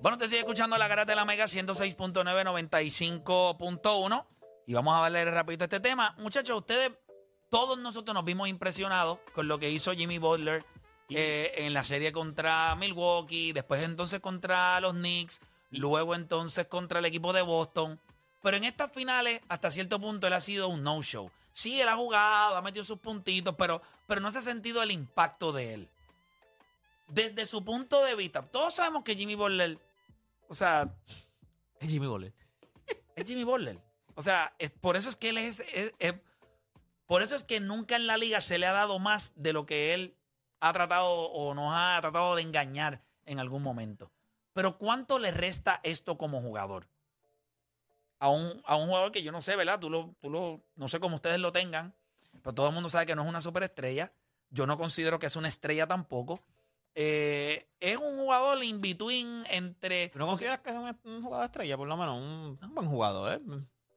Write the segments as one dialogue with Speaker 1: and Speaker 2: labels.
Speaker 1: Bueno, te sigue escuchando la garata de la Mega 106.995.1 y vamos a hablar rapidito este tema. Muchachos, ustedes, todos nosotros nos vimos impresionados con lo que hizo Jimmy Butler eh, en la serie contra Milwaukee, después entonces contra los Knicks, luego entonces contra el equipo de Boston. Pero en estas finales, hasta cierto punto, él ha sido un no-show. Sí, él ha jugado, ha metido sus puntitos, pero, pero no se ha sentido el impacto de él. Desde su punto de vista, todos sabemos que Jimmy Butler o sea,
Speaker 2: Es Jimmy Butler.
Speaker 1: es Jimmy Butler. O sea, es, por eso es que él es, es- es- Por eso es que nunca en la liga se le ha dado más de lo que él ha tratado o nos ha tratado de engañar en algún momento. Pero ¿cuánto le resta esto como jugador? A un, a un jugador que yo no sé, ¿verdad? Tú lo, tú lo, no sé cómo ustedes lo tengan, pero todo el mundo sabe que no es una superestrella. Yo no considero que es una estrella tampoco. Eh, es un jugador in between entre...
Speaker 2: ¿Tú no consideras que es un, un jugador estrella? Por lo menos un, un buen jugador, ¿eh?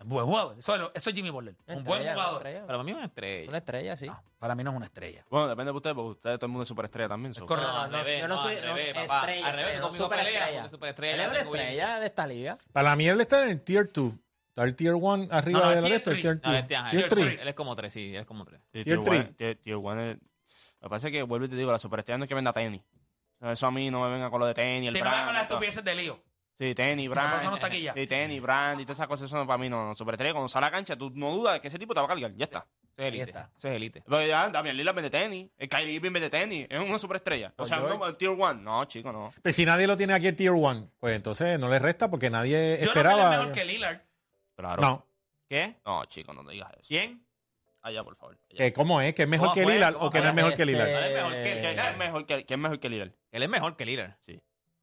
Speaker 1: Buen jugador. Eso, es lo- eso es Jimmy Butler.
Speaker 3: Una
Speaker 1: un buen
Speaker 3: estrella, una
Speaker 1: jugador.
Speaker 3: estrella.
Speaker 2: Pero para mí es una estrella.
Speaker 3: Una estrella, sí.
Speaker 1: No, para mí no es una estrella.
Speaker 4: Bueno, depende de ustedes, porque ustedes todo el mundo es superestrella también. so.
Speaker 1: correcto.
Speaker 3: no, yo no soy- no soy estrella,
Speaker 2: Al revés,
Speaker 3: pero
Speaker 2: tú conmigo
Speaker 3: superestrella.
Speaker 2: peleas, porque superestrella.
Speaker 3: Él es
Speaker 2: yo
Speaker 3: una
Speaker 2: tengo bien-
Speaker 3: estrella de esta liga.
Speaker 5: Para mí él está en el tier 2. Está el tier 1 arriba
Speaker 1: No, no,
Speaker 5: de la
Speaker 1: tier
Speaker 5: de esto, el
Speaker 1: three.
Speaker 5: tier 2.
Speaker 2: No, él, tiene- él-
Speaker 5: tier
Speaker 2: él-
Speaker 5: 3.
Speaker 2: él es como tres, sí, él es como tres.
Speaker 4: Y
Speaker 5: tier
Speaker 4: tier
Speaker 5: three.
Speaker 4: one- tier- tier one es- Lo que pasa es que, vuelvo y te digo, la superestrella no es que venda tenis. Eso a mí no me venga con lo de tenis, el
Speaker 1: Te
Speaker 4: brand.
Speaker 1: van con las
Speaker 4: y todo.
Speaker 1: estupideces de lío.
Speaker 4: Sí, tenis,
Speaker 1: Pero eso no
Speaker 4: brand. eh,
Speaker 1: está aquí ya.
Speaker 4: Sí, tenis, brand y todas esas cosas, eso no, para mí no. no. Superestrella, cuando sale a la cancha, tú no dudas de que ese tipo te va a cargar. Ya está.
Speaker 2: Eso es élite.
Speaker 1: está.
Speaker 2: Eso es élite.
Speaker 4: Pero ya, Damian Lillard vende tenis. El Kyrie Irving vende tenis. Es una superestrella. O
Speaker 5: Paul
Speaker 4: sea,
Speaker 5: George.
Speaker 4: no, tier one. No, chico, no.
Speaker 5: Pero Pues si nadie lo tiene aquí el tier 1, pues entonces no le resta porque nadie
Speaker 1: Yo
Speaker 5: esperaba.
Speaker 1: no creo que él es mejor que Lillard.
Speaker 4: Claro.
Speaker 5: no,
Speaker 2: ¿Qué?
Speaker 4: No, chico, no te digas eso.
Speaker 2: ¿Quién?
Speaker 4: Allá, por favor. Allá.
Speaker 5: que cómo es, que es mejor
Speaker 2: ¿Cómo
Speaker 5: que
Speaker 2: fue?
Speaker 5: Lillard
Speaker 2: ¿Cómo
Speaker 5: o que
Speaker 2: fue?
Speaker 5: no es mejor que
Speaker 3: Este,
Speaker 5: Lillard.
Speaker 2: Él es mejor que
Speaker 4: ¿Qué- qué- qué es mejor que- ¿Quién es mejor que Lillard?
Speaker 2: Él es mejor que Lillard.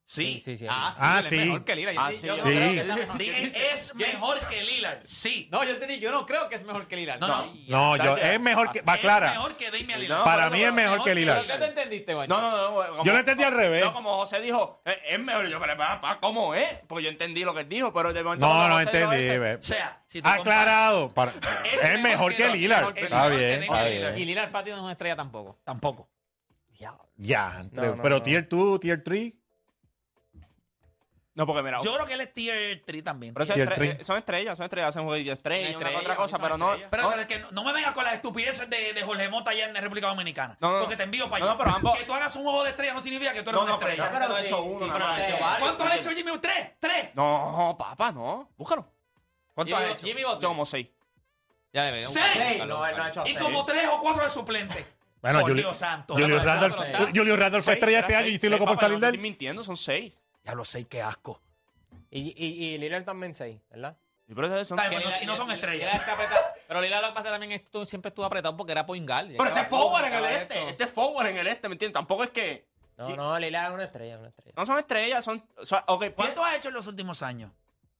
Speaker 1: Sí.
Speaker 3: sí, sí.
Speaker 2: Ah, sí.
Speaker 5: Ah,
Speaker 2: él es
Speaker 5: sí.
Speaker 2: mejor que Lillard. Yo,
Speaker 4: Ah,
Speaker 2: yo
Speaker 4: sí,
Speaker 2: no
Speaker 4: sí.
Speaker 2: creo que sea mejor que Lillard.
Speaker 1: Dije, es mejor que Lillard. Sí.
Speaker 2: No, yo entendí, yo no creo que es mejor que Lillard.
Speaker 1: No, no.
Speaker 2: Ay,
Speaker 5: no, yo, es mejor que. Va,
Speaker 1: es
Speaker 5: Clara.
Speaker 1: mejor que Damian
Speaker 4: No,
Speaker 1: Lillard.
Speaker 5: Para
Speaker 4: no,
Speaker 5: mí es
Speaker 4: no,
Speaker 5: mejor que
Speaker 2: ¿Por qué
Speaker 5: Lillard.
Speaker 2: te entendiste, guacho?
Speaker 4: No, no, no. como-
Speaker 5: Yo lo entendí al revés.
Speaker 4: No, como José dijo, eh, es mejor. Yo, pero, pa, pa, ¿cómo es? Porque yo entendí lo que él dijo, pero de momento.
Speaker 5: No,
Speaker 4: cuando
Speaker 5: no
Speaker 4: José dijo
Speaker 5: entendí.
Speaker 4: ese-
Speaker 5: ve.
Speaker 1: O sea, si tú comparas-
Speaker 5: Aclarado. Para- Ah, Es mejor que Lillard.
Speaker 2: mejor que
Speaker 5: Está
Speaker 1: Lillard.
Speaker 5: bien,
Speaker 1: Es
Speaker 5: está
Speaker 1: mejor que
Speaker 5: bien.
Speaker 2: Y Lillard Patio no es una estrella tampoco.
Speaker 1: Tampoco.
Speaker 5: Ya, entre-
Speaker 4: no,
Speaker 5: pero
Speaker 4: no.
Speaker 5: tier 2, tier 3.
Speaker 4: No, porque mira.
Speaker 1: Yo creo que él es tier 3 también.
Speaker 4: pero eso
Speaker 5: Y el
Speaker 4: estre-
Speaker 5: trin-
Speaker 4: eh, son estrellas, son estrellas, hacen juegos de estrellas,
Speaker 2: Una
Speaker 4: una
Speaker 2: estrella,
Speaker 4: otra cosa,
Speaker 2: son
Speaker 4: pero no.
Speaker 2: estrellas.
Speaker 1: pero,
Speaker 4: no,
Speaker 1: pero es que no, no me vengas con las estupideces de, de Jorge Mota allá en la República Dominicana.
Speaker 4: No, no,
Speaker 1: porque te envío para
Speaker 4: no,
Speaker 1: allá.
Speaker 4: no, pero ambos-
Speaker 1: Que tú hagas un juego de estrella no significa que tú eres
Speaker 4: no,
Speaker 1: una
Speaker 4: no, pero
Speaker 1: estrella.
Speaker 4: no, no, he hecho
Speaker 3: sí,
Speaker 4: uno,
Speaker 3: sí,
Speaker 4: nada
Speaker 3: sí,
Speaker 4: más.
Speaker 3: sí, sí. varios.
Speaker 1: ¿Cuánto ha hecho Jimmy? ¿Tres? ¿Tres?
Speaker 4: No, papá, no. Búscalo.
Speaker 1: ¿Cuánto
Speaker 2: Jimmy-
Speaker 1: ha hecho?
Speaker 2: Jimmy
Speaker 4: Yo
Speaker 2: Butler.
Speaker 4: como seis.
Speaker 2: Ya debería.
Speaker 1: Sí.
Speaker 3: Sí, no, él no ha hecho
Speaker 1: Y
Speaker 3: seis.
Speaker 1: como tres o cuatro de suplente.
Speaker 5: Bueno,
Speaker 1: Por
Speaker 5: Juli-
Speaker 1: Dios santo.
Speaker 5: Julio
Speaker 1: Pero-
Speaker 5: Randolph,
Speaker 2: pero está-
Speaker 5: Julio Randolph fue
Speaker 4: Seis,
Speaker 5: estrella
Speaker 4: era
Speaker 5: este año y
Speaker 4: seis,
Speaker 5: estoy loco
Speaker 4: seis,
Speaker 5: por
Speaker 4: papá,
Speaker 5: salir
Speaker 4: no
Speaker 5: de
Speaker 4: Estoy
Speaker 5: él.
Speaker 4: mintiendo, son seis.
Speaker 1: Ya lo sé, qué asco.
Speaker 3: Y, y, y Lillard también seis, ¿verdad?
Speaker 4: Y pero son-
Speaker 1: Está bien, Y no son estrellas.
Speaker 2: Lillard está apretado. Pero Lillard lo que pasa también es que tú- siempre estuvo apretado porque era point guard.
Speaker 4: Pero este es forward en el
Speaker 2: Llegaba
Speaker 4: este.
Speaker 2: esto.
Speaker 4: Este es forward en el este, ¿me entiendes? Tampoco es que.
Speaker 3: No,
Speaker 4: Y-
Speaker 3: no, Lillard es una estrella, una estrella.
Speaker 4: No son estrellas, son. son ok, pi-
Speaker 1: ¿Cuánto ha hecho en los últimos años?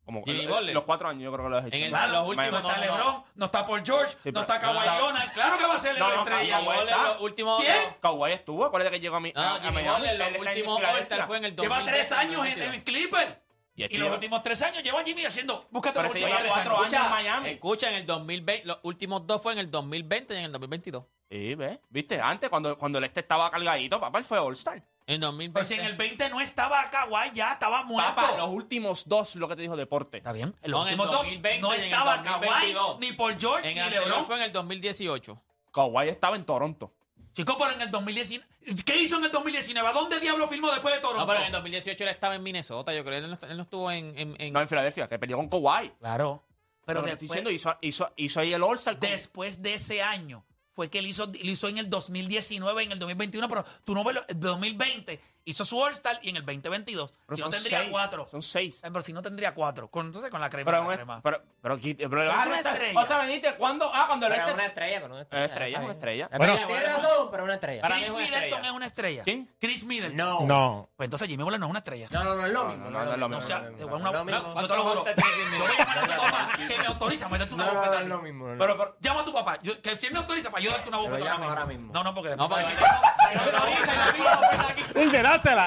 Speaker 4: Como
Speaker 2: Jimmy
Speaker 4: eh,
Speaker 2: Butler.
Speaker 4: los cuatro años yo creo que lo has hecho.
Speaker 2: En el-
Speaker 4: Claro,
Speaker 2: los últimos
Speaker 1: No
Speaker 4: más-
Speaker 2: no,
Speaker 1: está
Speaker 2: no, no.
Speaker 1: LeBron, no. está Paul George,
Speaker 4: Sí,
Speaker 1: no
Speaker 4: pero-
Speaker 1: está Kawhi
Speaker 4: no, no.
Speaker 1: Leonard. Claro que va a ser
Speaker 4: No,
Speaker 1: la
Speaker 4: no,
Speaker 1: estrella.
Speaker 4: Kawhi-
Speaker 2: Jimmy Butler, los últimos.
Speaker 1: ¿Quién?
Speaker 4: Kawhi estuvo, acuérdate que llegó a mi.
Speaker 2: No,
Speaker 4: a,
Speaker 2: no,
Speaker 4: a
Speaker 2: Ah, Jimmy
Speaker 4: Miami,
Speaker 2: Butler,
Speaker 4: él
Speaker 2: los
Speaker 4: está en
Speaker 2: últimos
Speaker 4: Filadelfia.
Speaker 2: All-Star fue en el 2000.
Speaker 1: Lleva tres años en, en Clipper.
Speaker 4: Y este
Speaker 1: Y los
Speaker 4: lleva-
Speaker 1: últimos tres años lleva Jimmy haciendo. Búscate
Speaker 4: Pero
Speaker 1: los
Speaker 4: este
Speaker 1: últimos
Speaker 4: lleva
Speaker 1: tres
Speaker 4: cuatro
Speaker 1: años.
Speaker 4: años en Miami.
Speaker 2: Escucha, en el 2020, los últimos dos fue en el 2020 y en el 2022.
Speaker 4: Sí, ¿ves? ¿Viste? Antes, cuando, cuando el este estaba cargadito, papá, él fue All-Star.
Speaker 2: Pues En el 2020.
Speaker 1: Pero si en el 20 no estaba Kawhi, ya estaba muerto.
Speaker 4: Papá, los últimos dos, lo que te dijo deporte.
Speaker 1: Está bien. En
Speaker 2: No,
Speaker 1: los
Speaker 2: en el
Speaker 1: últimos dos
Speaker 2: 2020
Speaker 1: no
Speaker 2: y en el
Speaker 1: estaba Kawhi,
Speaker 2: 2022.
Speaker 1: ni Paul George,
Speaker 2: En
Speaker 1: ni
Speaker 2: el anterior
Speaker 1: LeBron.
Speaker 2: fue en el 2018.
Speaker 4: Kawhi estaba en Toronto.
Speaker 1: Chicos, pero en el 2019. ¿Qué hizo en el 2019? ¿A dónde diablo filmó después de Toronto?
Speaker 2: No, pero en el 2018 él estaba en Minnesota, yo creo. Él no, él no estuvo en. en- en-
Speaker 4: No, en Filadelfia, que perdió con Kawhi.
Speaker 1: Claro. Pero
Speaker 4: Pero te
Speaker 1: después,
Speaker 4: estoy diciendo, hizo, hizo, hizo ahí el All-Star. con-
Speaker 1: después de ese año, fue que él hizo, lo hizo en el 2019, en el 2021, pero tú no ves lo- el 2020, hizo su All-Star y en el 2022.
Speaker 4: pero
Speaker 1: si no tendría
Speaker 4: seis,
Speaker 1: cuatro.
Speaker 4: Son seis.
Speaker 1: Ay, pero si no tendría cuatro. Con, entonces con la crema.
Speaker 4: Pero,
Speaker 1: la
Speaker 4: un-
Speaker 1: crema.
Speaker 4: pero, pero, quit- pero-
Speaker 1: es
Speaker 4: ah,
Speaker 1: una
Speaker 4: no está-
Speaker 1: estrella.
Speaker 4: O sea, veniste, ¿cuándo? Ah, cuando el
Speaker 3: Pero es
Speaker 4: este-
Speaker 3: una estrella, pero no es
Speaker 4: Una
Speaker 3: estrella.
Speaker 4: estrella, una estrella.
Speaker 3: Bueno,
Speaker 2: Bueno.
Speaker 3: tiene razón, pero una estrella.
Speaker 2: Para mí
Speaker 1: Chris
Speaker 2: es una
Speaker 1: Middleton
Speaker 2: estrella.
Speaker 1: es una estrella.
Speaker 4: ¿Quién?
Speaker 1: Chris Middleton.
Speaker 3: No.
Speaker 5: No.
Speaker 1: Pues entonces Jimmy Butler no es una estrella.
Speaker 3: No, no, no es lo mismo.
Speaker 4: no, no es lo
Speaker 1: No,
Speaker 4: mismo.
Speaker 1: o sea,
Speaker 3: no, no,
Speaker 1: te
Speaker 3: no,
Speaker 1: voy a una-
Speaker 3: no, no,
Speaker 1: no,
Speaker 3: no,
Speaker 1: yo te lo
Speaker 2: no,
Speaker 1: juro.
Speaker 2: no, no,
Speaker 1: Yo voy a llamar a tu papá que me autoriza a meterte una
Speaker 3: No, no,
Speaker 1: bofetada.
Speaker 3: no es lo mismo. no es lo
Speaker 4: Pero,
Speaker 3: mismo.
Speaker 4: pero,
Speaker 1: Llama a tu papá. Yo- que si él me autoriza para yo darte una bofetada.
Speaker 3: llamo ahora mismo.
Speaker 1: No, no, porque
Speaker 2: No,
Speaker 1: después-
Speaker 2: porque si no, no, no,
Speaker 5: ¡Dásela!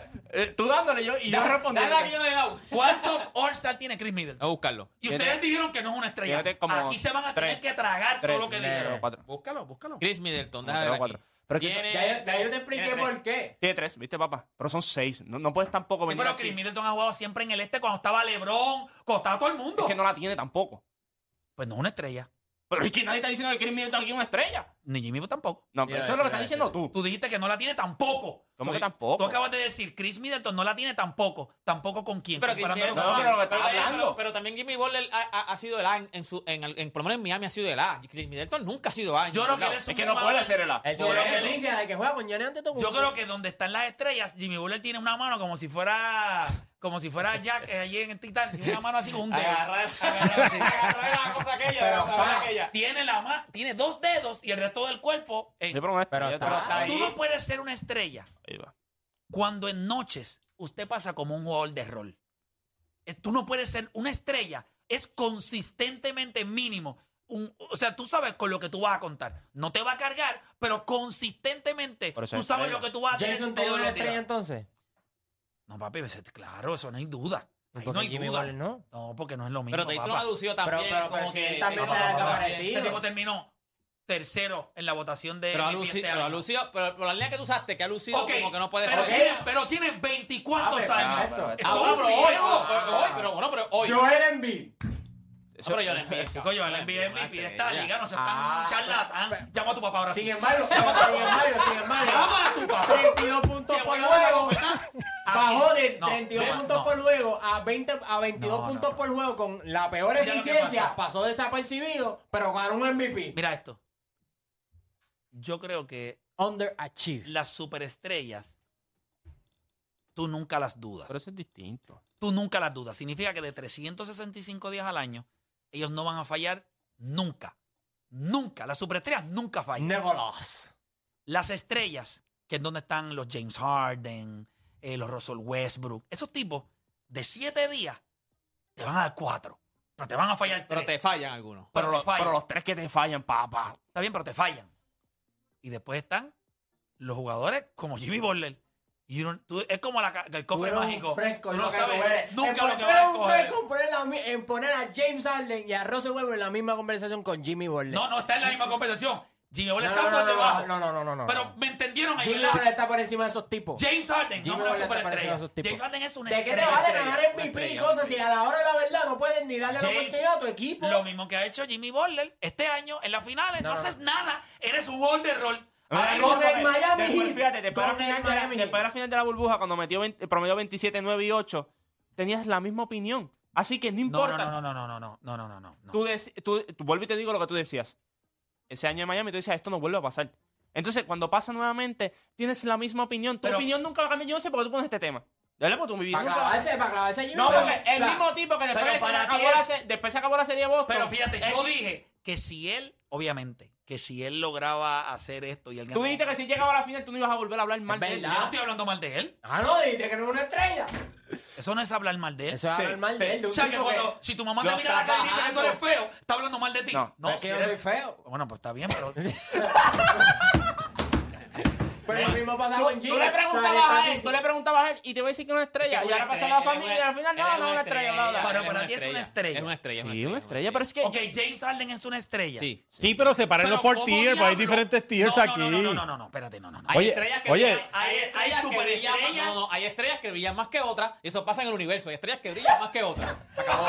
Speaker 4: eh, tú dándole yo, y yo respondí.
Speaker 2: Dale aquí yo le he dado.
Speaker 1: ¿Cuántos All-Star tiene Chris Middleton?
Speaker 2: A buscarlo.
Speaker 1: Y ustedes
Speaker 4: Fíjate.
Speaker 1: dijeron que no es una estrella.
Speaker 4: Fíjate como
Speaker 1: Aquí se van a tener
Speaker 4: tres.
Speaker 1: que tragar
Speaker 4: Tres,
Speaker 1: todo lo que
Speaker 4: tres,
Speaker 1: dijeron.
Speaker 4: cuatro.
Speaker 1: Búscalo, búscalo.
Speaker 2: Chris Middleton,
Speaker 4: Como tres o
Speaker 2: déjame ver
Speaker 4: cuatro.
Speaker 2: aquí.
Speaker 4: Pero es que
Speaker 2: Tiene-
Speaker 3: Ya yo- ya yo te
Speaker 2: tiene
Speaker 3: expliqué
Speaker 2: tres.
Speaker 3: por qué.
Speaker 4: Tiene tres, ¿viste, papá? Pero son seis. No, no puedes tampoco
Speaker 1: Sí,
Speaker 4: venir
Speaker 1: pero
Speaker 4: aquí.
Speaker 1: Chris Middleton ha jugado siempre en el este cuando estaba LeBron, cuando estaba todo el mundo.
Speaker 4: Es que no la tiene tampoco.
Speaker 1: Pues no es una estrella.
Speaker 4: Pero es que nadie está diciendo que Chris Middleton aquí es una estrella.
Speaker 1: Ni Jimmy tampoco.
Speaker 4: No, pero
Speaker 3: Mira,
Speaker 4: eso es lo
Speaker 3: mira,
Speaker 4: que estás diciendo
Speaker 3: mira.
Speaker 4: tú.
Speaker 1: Tú dijiste que no la tiene tampoco.
Speaker 4: ¿Cómo que
Speaker 1: Soy-
Speaker 4: tampoco?
Speaker 1: Tú acabas de decir, Chris Middleton no la tiene tampoco. Tampoco con quién.
Speaker 2: Pero, Chris
Speaker 1: Comparándolo
Speaker 2: Middleton-
Speaker 4: No,
Speaker 1: con-
Speaker 4: pero lo que estaba
Speaker 2: Pero-
Speaker 4: hablando.
Speaker 2: pero- pero también Jimmy Butler ha, ha- ha sido el A en, en su, en, el- en- por lo menos en Miami ha sido el A. Chris Middleton nunca ha sido A. en
Speaker 1: Yo
Speaker 2: ningún
Speaker 1: creo que él
Speaker 2: lado.
Speaker 1: es un
Speaker 4: Es que no
Speaker 1: jugador-
Speaker 4: puede ser el A.
Speaker 3: El
Speaker 1: Por
Speaker 3: señor
Speaker 1: eso.
Speaker 3: Felicia, el que juega con Gianni Antetokounmpo.
Speaker 1: Yo creo que donde están las estrellas, Jimmy Butler tiene una mano como si fuera como si fuera Jack eh, allí en Titanic. Tiene una mano así con un dedo.
Speaker 2: Agarrar-
Speaker 1: Agarrar así.
Speaker 2: Agarrar la cosa aquella,
Speaker 3: Pero,
Speaker 2: la cosa
Speaker 3: pa.
Speaker 2: aquella.
Speaker 1: tiene, la ma- tiene dos dedos y el resto del cuerpo. eh,
Speaker 4: Sí, pero una
Speaker 3: Pero
Speaker 4: estrella,
Speaker 3: está-
Speaker 4: tú-
Speaker 3: pero está
Speaker 1: Ah, tú no puedes ser una estrella
Speaker 4: Ahí va.
Speaker 1: cuando en noches usted pasa como un jugador de rol. Eh, Tú no puedes ser una estrella, es consistentemente mínimo. Un- o sea, tú sabes con lo que tú vas a contar. No te va a cargar, pero consistentemente
Speaker 4: Pero eso
Speaker 1: tú
Speaker 4: es
Speaker 1: sabes
Speaker 4: estrella.
Speaker 1: lo que tú vas a tener
Speaker 3: Jason
Speaker 1: todos
Speaker 3: tiene una
Speaker 1: los días.
Speaker 3: estrella entonces.
Speaker 1: No, papi, ese- claro, eso no hay duda. Ahí
Speaker 3: Porque
Speaker 1: no hay
Speaker 3: Jimmy
Speaker 1: duda.
Speaker 3: Butler no.
Speaker 1: No, porque no es lo mismo.
Speaker 2: Pero te hizo
Speaker 1: papá.
Speaker 2: aducido también.
Speaker 3: Pero- pero-
Speaker 2: como
Speaker 3: pero si
Speaker 2: que-
Speaker 3: él también
Speaker 2: Papá,
Speaker 3: se ha
Speaker 2: papá, papá.
Speaker 3: desaparecido.
Speaker 1: Este tipo terminó tercero en la votación de.
Speaker 2: Pero ha
Speaker 1: MVP
Speaker 2: lucido,
Speaker 1: este
Speaker 2: pero ha
Speaker 1: año.
Speaker 2: lucido, pero por la línea que tú usaste, que ha lucido
Speaker 1: Ok,
Speaker 2: como que no puede
Speaker 1: pero,
Speaker 2: ser.
Speaker 1: tiene- pero tiene 24
Speaker 3: Ah,
Speaker 1: años.
Speaker 3: perfecto.
Speaker 1: Es
Speaker 2: Ah,
Speaker 1: todo
Speaker 2: bueno,
Speaker 1: un
Speaker 2: pero hoy,
Speaker 1: viejo.
Speaker 2: bueno, pero hoy, pero bueno, pero hoy.
Speaker 3: Joel Embiid.
Speaker 2: Ah, pero yo le envié.
Speaker 1: Que Coño, el NBA MVP de esta liga no se está
Speaker 3: Ah,
Speaker 1: un charlatán. Llama a tu papá ahora
Speaker 3: Sin
Speaker 1: sí.
Speaker 3: embargo, sin embargo, sin
Speaker 1: Llama a
Speaker 3: embargo.
Speaker 1: tu papá.
Speaker 3: 32 puntos
Speaker 1: Te
Speaker 3: por
Speaker 1: voy a dar
Speaker 3: juego.
Speaker 1: una bofetada.
Speaker 3: Bajó de
Speaker 1: No,
Speaker 3: 32
Speaker 1: no,
Speaker 3: puntos
Speaker 1: no.
Speaker 3: por juego a, 20, a 22
Speaker 1: No, no,
Speaker 3: puntos
Speaker 1: no.
Speaker 3: por juego con la peor
Speaker 1: Mira lo que
Speaker 3: eficiencia.
Speaker 1: pasa.
Speaker 3: Pasó desapercibido, pero ganó un MVP.
Speaker 1: Mira esto. Yo creo que
Speaker 3: Underachieved.
Speaker 1: las superestrellas, tú nunca las dudas.
Speaker 4: Pero eso es distinto.
Speaker 1: Tú nunca las dudas. Significa que de 365 días al año, ellos no van a fallar nunca. Nunca. Las superestrellas nunca fallan.
Speaker 3: Never lost.
Speaker 1: Las estrellas, que es donde están los James Harden, eh, los Russell Westbrook, esos tipos, de siete días, te van a dar cuatro. Pero te van a fallar
Speaker 2: Pero te
Speaker 1: tres.
Speaker 2: fallan algunos.
Speaker 1: Pero
Speaker 4: Pero,
Speaker 1: te
Speaker 4: los,
Speaker 1: fallan.
Speaker 4: pero los tres que te fallan, papá.
Speaker 1: Está bien, pero te fallan. Y después están los jugadores como Jimmy Butler. Y uno- tú- es como la ca- el cofre
Speaker 3: Tú eres
Speaker 1: mágico.
Speaker 3: un Fresco,
Speaker 1: Tú
Speaker 3: no
Speaker 1: no sabes nunca lo que vas
Speaker 3: va
Speaker 1: a coger.
Speaker 3: En poner a James Harden y a Russell Westbrook en la misma conversación con Jimmy Butler.
Speaker 1: No, no está en la misma conversación. Jimmy
Speaker 3: no,
Speaker 1: Butler
Speaker 3: no,
Speaker 1: está por
Speaker 3: no,
Speaker 1: debajo.
Speaker 3: no, no, no, no, no, no.
Speaker 1: Pero me entendieron ahí.
Speaker 3: Jimmy
Speaker 1: ¿verdad?
Speaker 3: Butler está por encima de esos tipos.
Speaker 1: James Harden,
Speaker 3: Jimmy
Speaker 1: no es una
Speaker 3: Butler está
Speaker 1: superestrella.
Speaker 3: parecido a esos tipos.
Speaker 1: James Harden es una
Speaker 3: ¿De qué te
Speaker 1: estrella.
Speaker 3: vale ganar MVP y cosas si a la hora de la verdad no puedes ni darle la
Speaker 1: James,
Speaker 3: oportunidad a tu equipo?
Speaker 1: Lo mismo que ha hecho Jimmy Butler este año en las finales. No,
Speaker 3: No, no,
Speaker 1: haces nada. Eres un gol de rol. Ahora
Speaker 3: con
Speaker 1: mismo,
Speaker 3: el Miami
Speaker 4: Después,
Speaker 3: Heat.
Speaker 4: fíjate, después de la
Speaker 3: Con el
Speaker 4: final de la-
Speaker 3: Miami
Speaker 4: después de la
Speaker 3: Heat.
Speaker 4: final de la burbuja, cuando metió 20 promedió 27, 9 y 8, tenías la misma opinión. Así que no
Speaker 1: No,
Speaker 4: importa.
Speaker 1: no, no, no, no, no, no, no, no, no, no, no.
Speaker 4: Tú, dec- tú, tú- vuelvo y te digo lo que tú decías. Ese año en Miami tú decías, esto no vuelve a pasar. Entonces, cuando pasa nuevamente, tienes la misma opinión. Tu
Speaker 1: Pero-
Speaker 4: opinión nunca va a cambiar. Yo no sé por qué tú pones este tema. De verdad, porque tu vida
Speaker 3: Para
Speaker 4: nunca va a-
Speaker 3: clavarse, para clavarse a Jimmy
Speaker 4: No,
Speaker 3: Butler.
Speaker 4: porque el
Speaker 3: O sea,
Speaker 4: mismo tipo que después,
Speaker 1: pero
Speaker 4: se, le
Speaker 1: para ti
Speaker 4: acabó la
Speaker 1: es-
Speaker 4: se- después se acabó la serie de Boston.
Speaker 1: Pero fíjate,
Speaker 4: Él-
Speaker 1: yo
Speaker 3: Eh.
Speaker 1: dije que si él, obviamente, que si él lograba hacer esto y él
Speaker 4: Tú
Speaker 1: ganaba-
Speaker 4: dijiste que si llegaba a la final tú no ibas a volver a hablar mal
Speaker 3: Es
Speaker 4: de él.
Speaker 1: Yo
Speaker 3: verdad.
Speaker 1: no estoy hablando mal de él.
Speaker 3: Ah, no, dijiste que no es una estrella.
Speaker 1: Eso no es hablar mal de él.
Speaker 3: Eso es
Speaker 4: Sí,
Speaker 3: hablar mal
Speaker 4: sí.
Speaker 3: de él. de
Speaker 1: o
Speaker 3: un
Speaker 1: sea, que
Speaker 3: tipo
Speaker 1: cuando, si tu mamá te
Speaker 3: lo
Speaker 1: mira a la
Speaker 3: está
Speaker 1: cara y dice que tú eres
Speaker 3: bajando.
Speaker 1: feo, está hablando mal de ti.
Speaker 4: No,
Speaker 1: no
Speaker 3: es
Speaker 1: si
Speaker 3: que yo soy
Speaker 1: eres-
Speaker 3: feo.
Speaker 1: Bueno, pues está bien, pero...
Speaker 3: Pero lo mismo pasa
Speaker 4: Tú,
Speaker 3: con Jimmy.
Speaker 4: tú le
Speaker 3: O sea, está
Speaker 4: preguntabas a él, tú
Speaker 3: diciendo-
Speaker 4: le preguntabas a él y te voy a decir que es una estrella. Y ahora pasa la familia y al final no, no es una estrella. bla, bla, bla.
Speaker 1: Pero para ti es una estrella.
Speaker 2: Es una estrella.
Speaker 4: Sí, una estrella, pero es que.
Speaker 1: ok, James Harden es una estrella.
Speaker 2: Sí.
Speaker 5: Sí, pero sepárenlo
Speaker 1: Pero
Speaker 5: por
Speaker 1: ¿cómo
Speaker 5: tier, pues hay
Speaker 1: diablo?
Speaker 5: diferentes tiers
Speaker 1: No, no,
Speaker 5: aquí.
Speaker 1: No, no, no, no, no, no, espérate, no, no, no.
Speaker 2: Hay
Speaker 5: Oye,
Speaker 2: estrellas que
Speaker 5: oye.
Speaker 2: brillan, hay,
Speaker 1: Hay- hay
Speaker 2: estrellas que brillan, más-
Speaker 1: superestrellas.
Speaker 2: no, no, hay estrellas que brillan más que otras, y eso pasa en el universo, hay estrellas que brillan más que otras. Se acabó.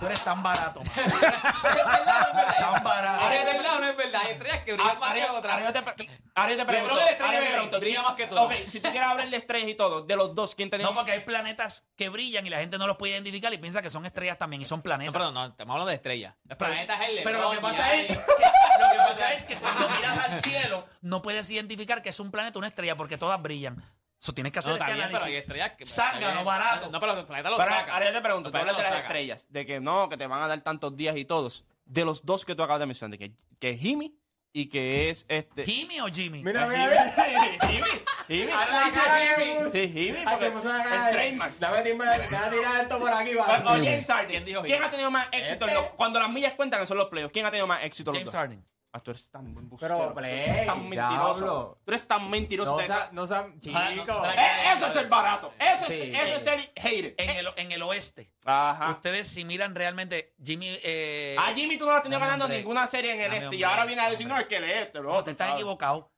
Speaker 1: Tú eres tan barato. man.
Speaker 2: ¿Es verdad o no es
Speaker 1: Tan
Speaker 2: verdad?
Speaker 1: barato.
Speaker 2: Ahora, ¿Es verdad o no es verdad? Hay estrellas que brillan más que otras.
Speaker 4: Ahora yo te, pre- ahora yo te pregunto.
Speaker 2: LeBron es la estrella
Speaker 4: ahora
Speaker 2: de
Speaker 4: yo te
Speaker 2: Lebron,
Speaker 4: pregunto,
Speaker 2: brilla
Speaker 4: ¿quién-
Speaker 2: más que todo.
Speaker 4: Ok, si tú quieres hablar de estrellas y todo, de los dos, ¿quién tenía
Speaker 1: No, porque hay planetas que brillan y la gente no los puede identificar y piensa que son estrellas también y son
Speaker 2: No,
Speaker 1: planetas.
Speaker 2: perdón, no, estamos hablando de estrellas. Los planetas es el
Speaker 1: Pero lo que
Speaker 2: Lebron,
Speaker 1: pasa
Speaker 2: ya
Speaker 1: es que, lo que pasa es que cuando miras al cielo no puedes identificar que es un planeta o una estrella porque todas brillan. Eso tienes que hacer
Speaker 2: No,
Speaker 1: este
Speaker 2: también, pero hay
Speaker 1: análisis.
Speaker 2: estrellas que.
Speaker 1: Zángano, barato.
Speaker 2: No, pero los planetas los
Speaker 4: Ahora,
Speaker 2: sacan.
Speaker 4: ahora yo te pregunto,
Speaker 2: Los
Speaker 4: tú
Speaker 2: planetas
Speaker 4: hablas
Speaker 2: los
Speaker 4: de las
Speaker 2: sacan.
Speaker 4: estrellas, de que no, que te van a dar tantos días y todos. De los dos que tú acabas de mencionar, de que, que es Jimmy y que es este.
Speaker 1: ¿Jimmy o Jimmy?
Speaker 3: Mira, mira, mira.
Speaker 4: Jimmy, Jimmy.
Speaker 3: Ahora dice Jimmy.
Speaker 4: Sí, Jimmy.
Speaker 3: Ay, que
Speaker 4: porque
Speaker 3: me puso una
Speaker 4: el
Speaker 3: cara de...
Speaker 4: trademark. Pues,
Speaker 3: Dame tiempo de te voy a tirar esto por aquí, va.
Speaker 4: Bueno, o James Harden.
Speaker 2: ¿Quién dijo
Speaker 4: ¿Quién
Speaker 2: Jimmy?
Speaker 4: ha tenido más éxito? en los- cuando las millas cuentan, que son los playoffs. ¿Quién ha tenido más éxito? los
Speaker 1: James
Speaker 4: dos?
Speaker 1: Harden.
Speaker 4: Ah, tú eres tan buen
Speaker 3: Pero,
Speaker 4: bucero.
Speaker 3: play,
Speaker 4: tú eres tan mentiroso.
Speaker 3: diablo.
Speaker 4: Tú eres tan mentiroso.
Speaker 3: No
Speaker 4: Te-
Speaker 3: sa- no sa- chico.
Speaker 2: no,
Speaker 4: Eh, eso es el barato. Eso,
Speaker 3: Sí.
Speaker 4: es, eso es el hater.
Speaker 1: En el, en el oeste.
Speaker 5: Ah.
Speaker 4: Ajá.
Speaker 1: Ustedes si miran realmente, Jimmy... Eh,
Speaker 4: A Jimmy tú no lo has tenido
Speaker 1: Dame,
Speaker 4: ganando
Speaker 1: hombre.
Speaker 4: ninguna serie en el
Speaker 1: Dame,
Speaker 4: este.
Speaker 1: hombre.
Speaker 4: y ahora viene a decir, no, es que el este, bro.
Speaker 1: no, oh, te estás
Speaker 4: Claro.
Speaker 1: equivocado.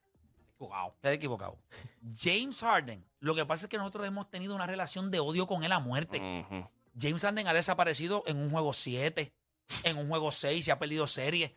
Speaker 1: Equivocado. Estás equivocado. James Harden, lo que pasa es que nosotros hemos tenido una relación de odio con él a muerte.
Speaker 4: Ujú.
Speaker 1: James Harden ha desaparecido en un juego 7, en un juego 6, se ha perdido series,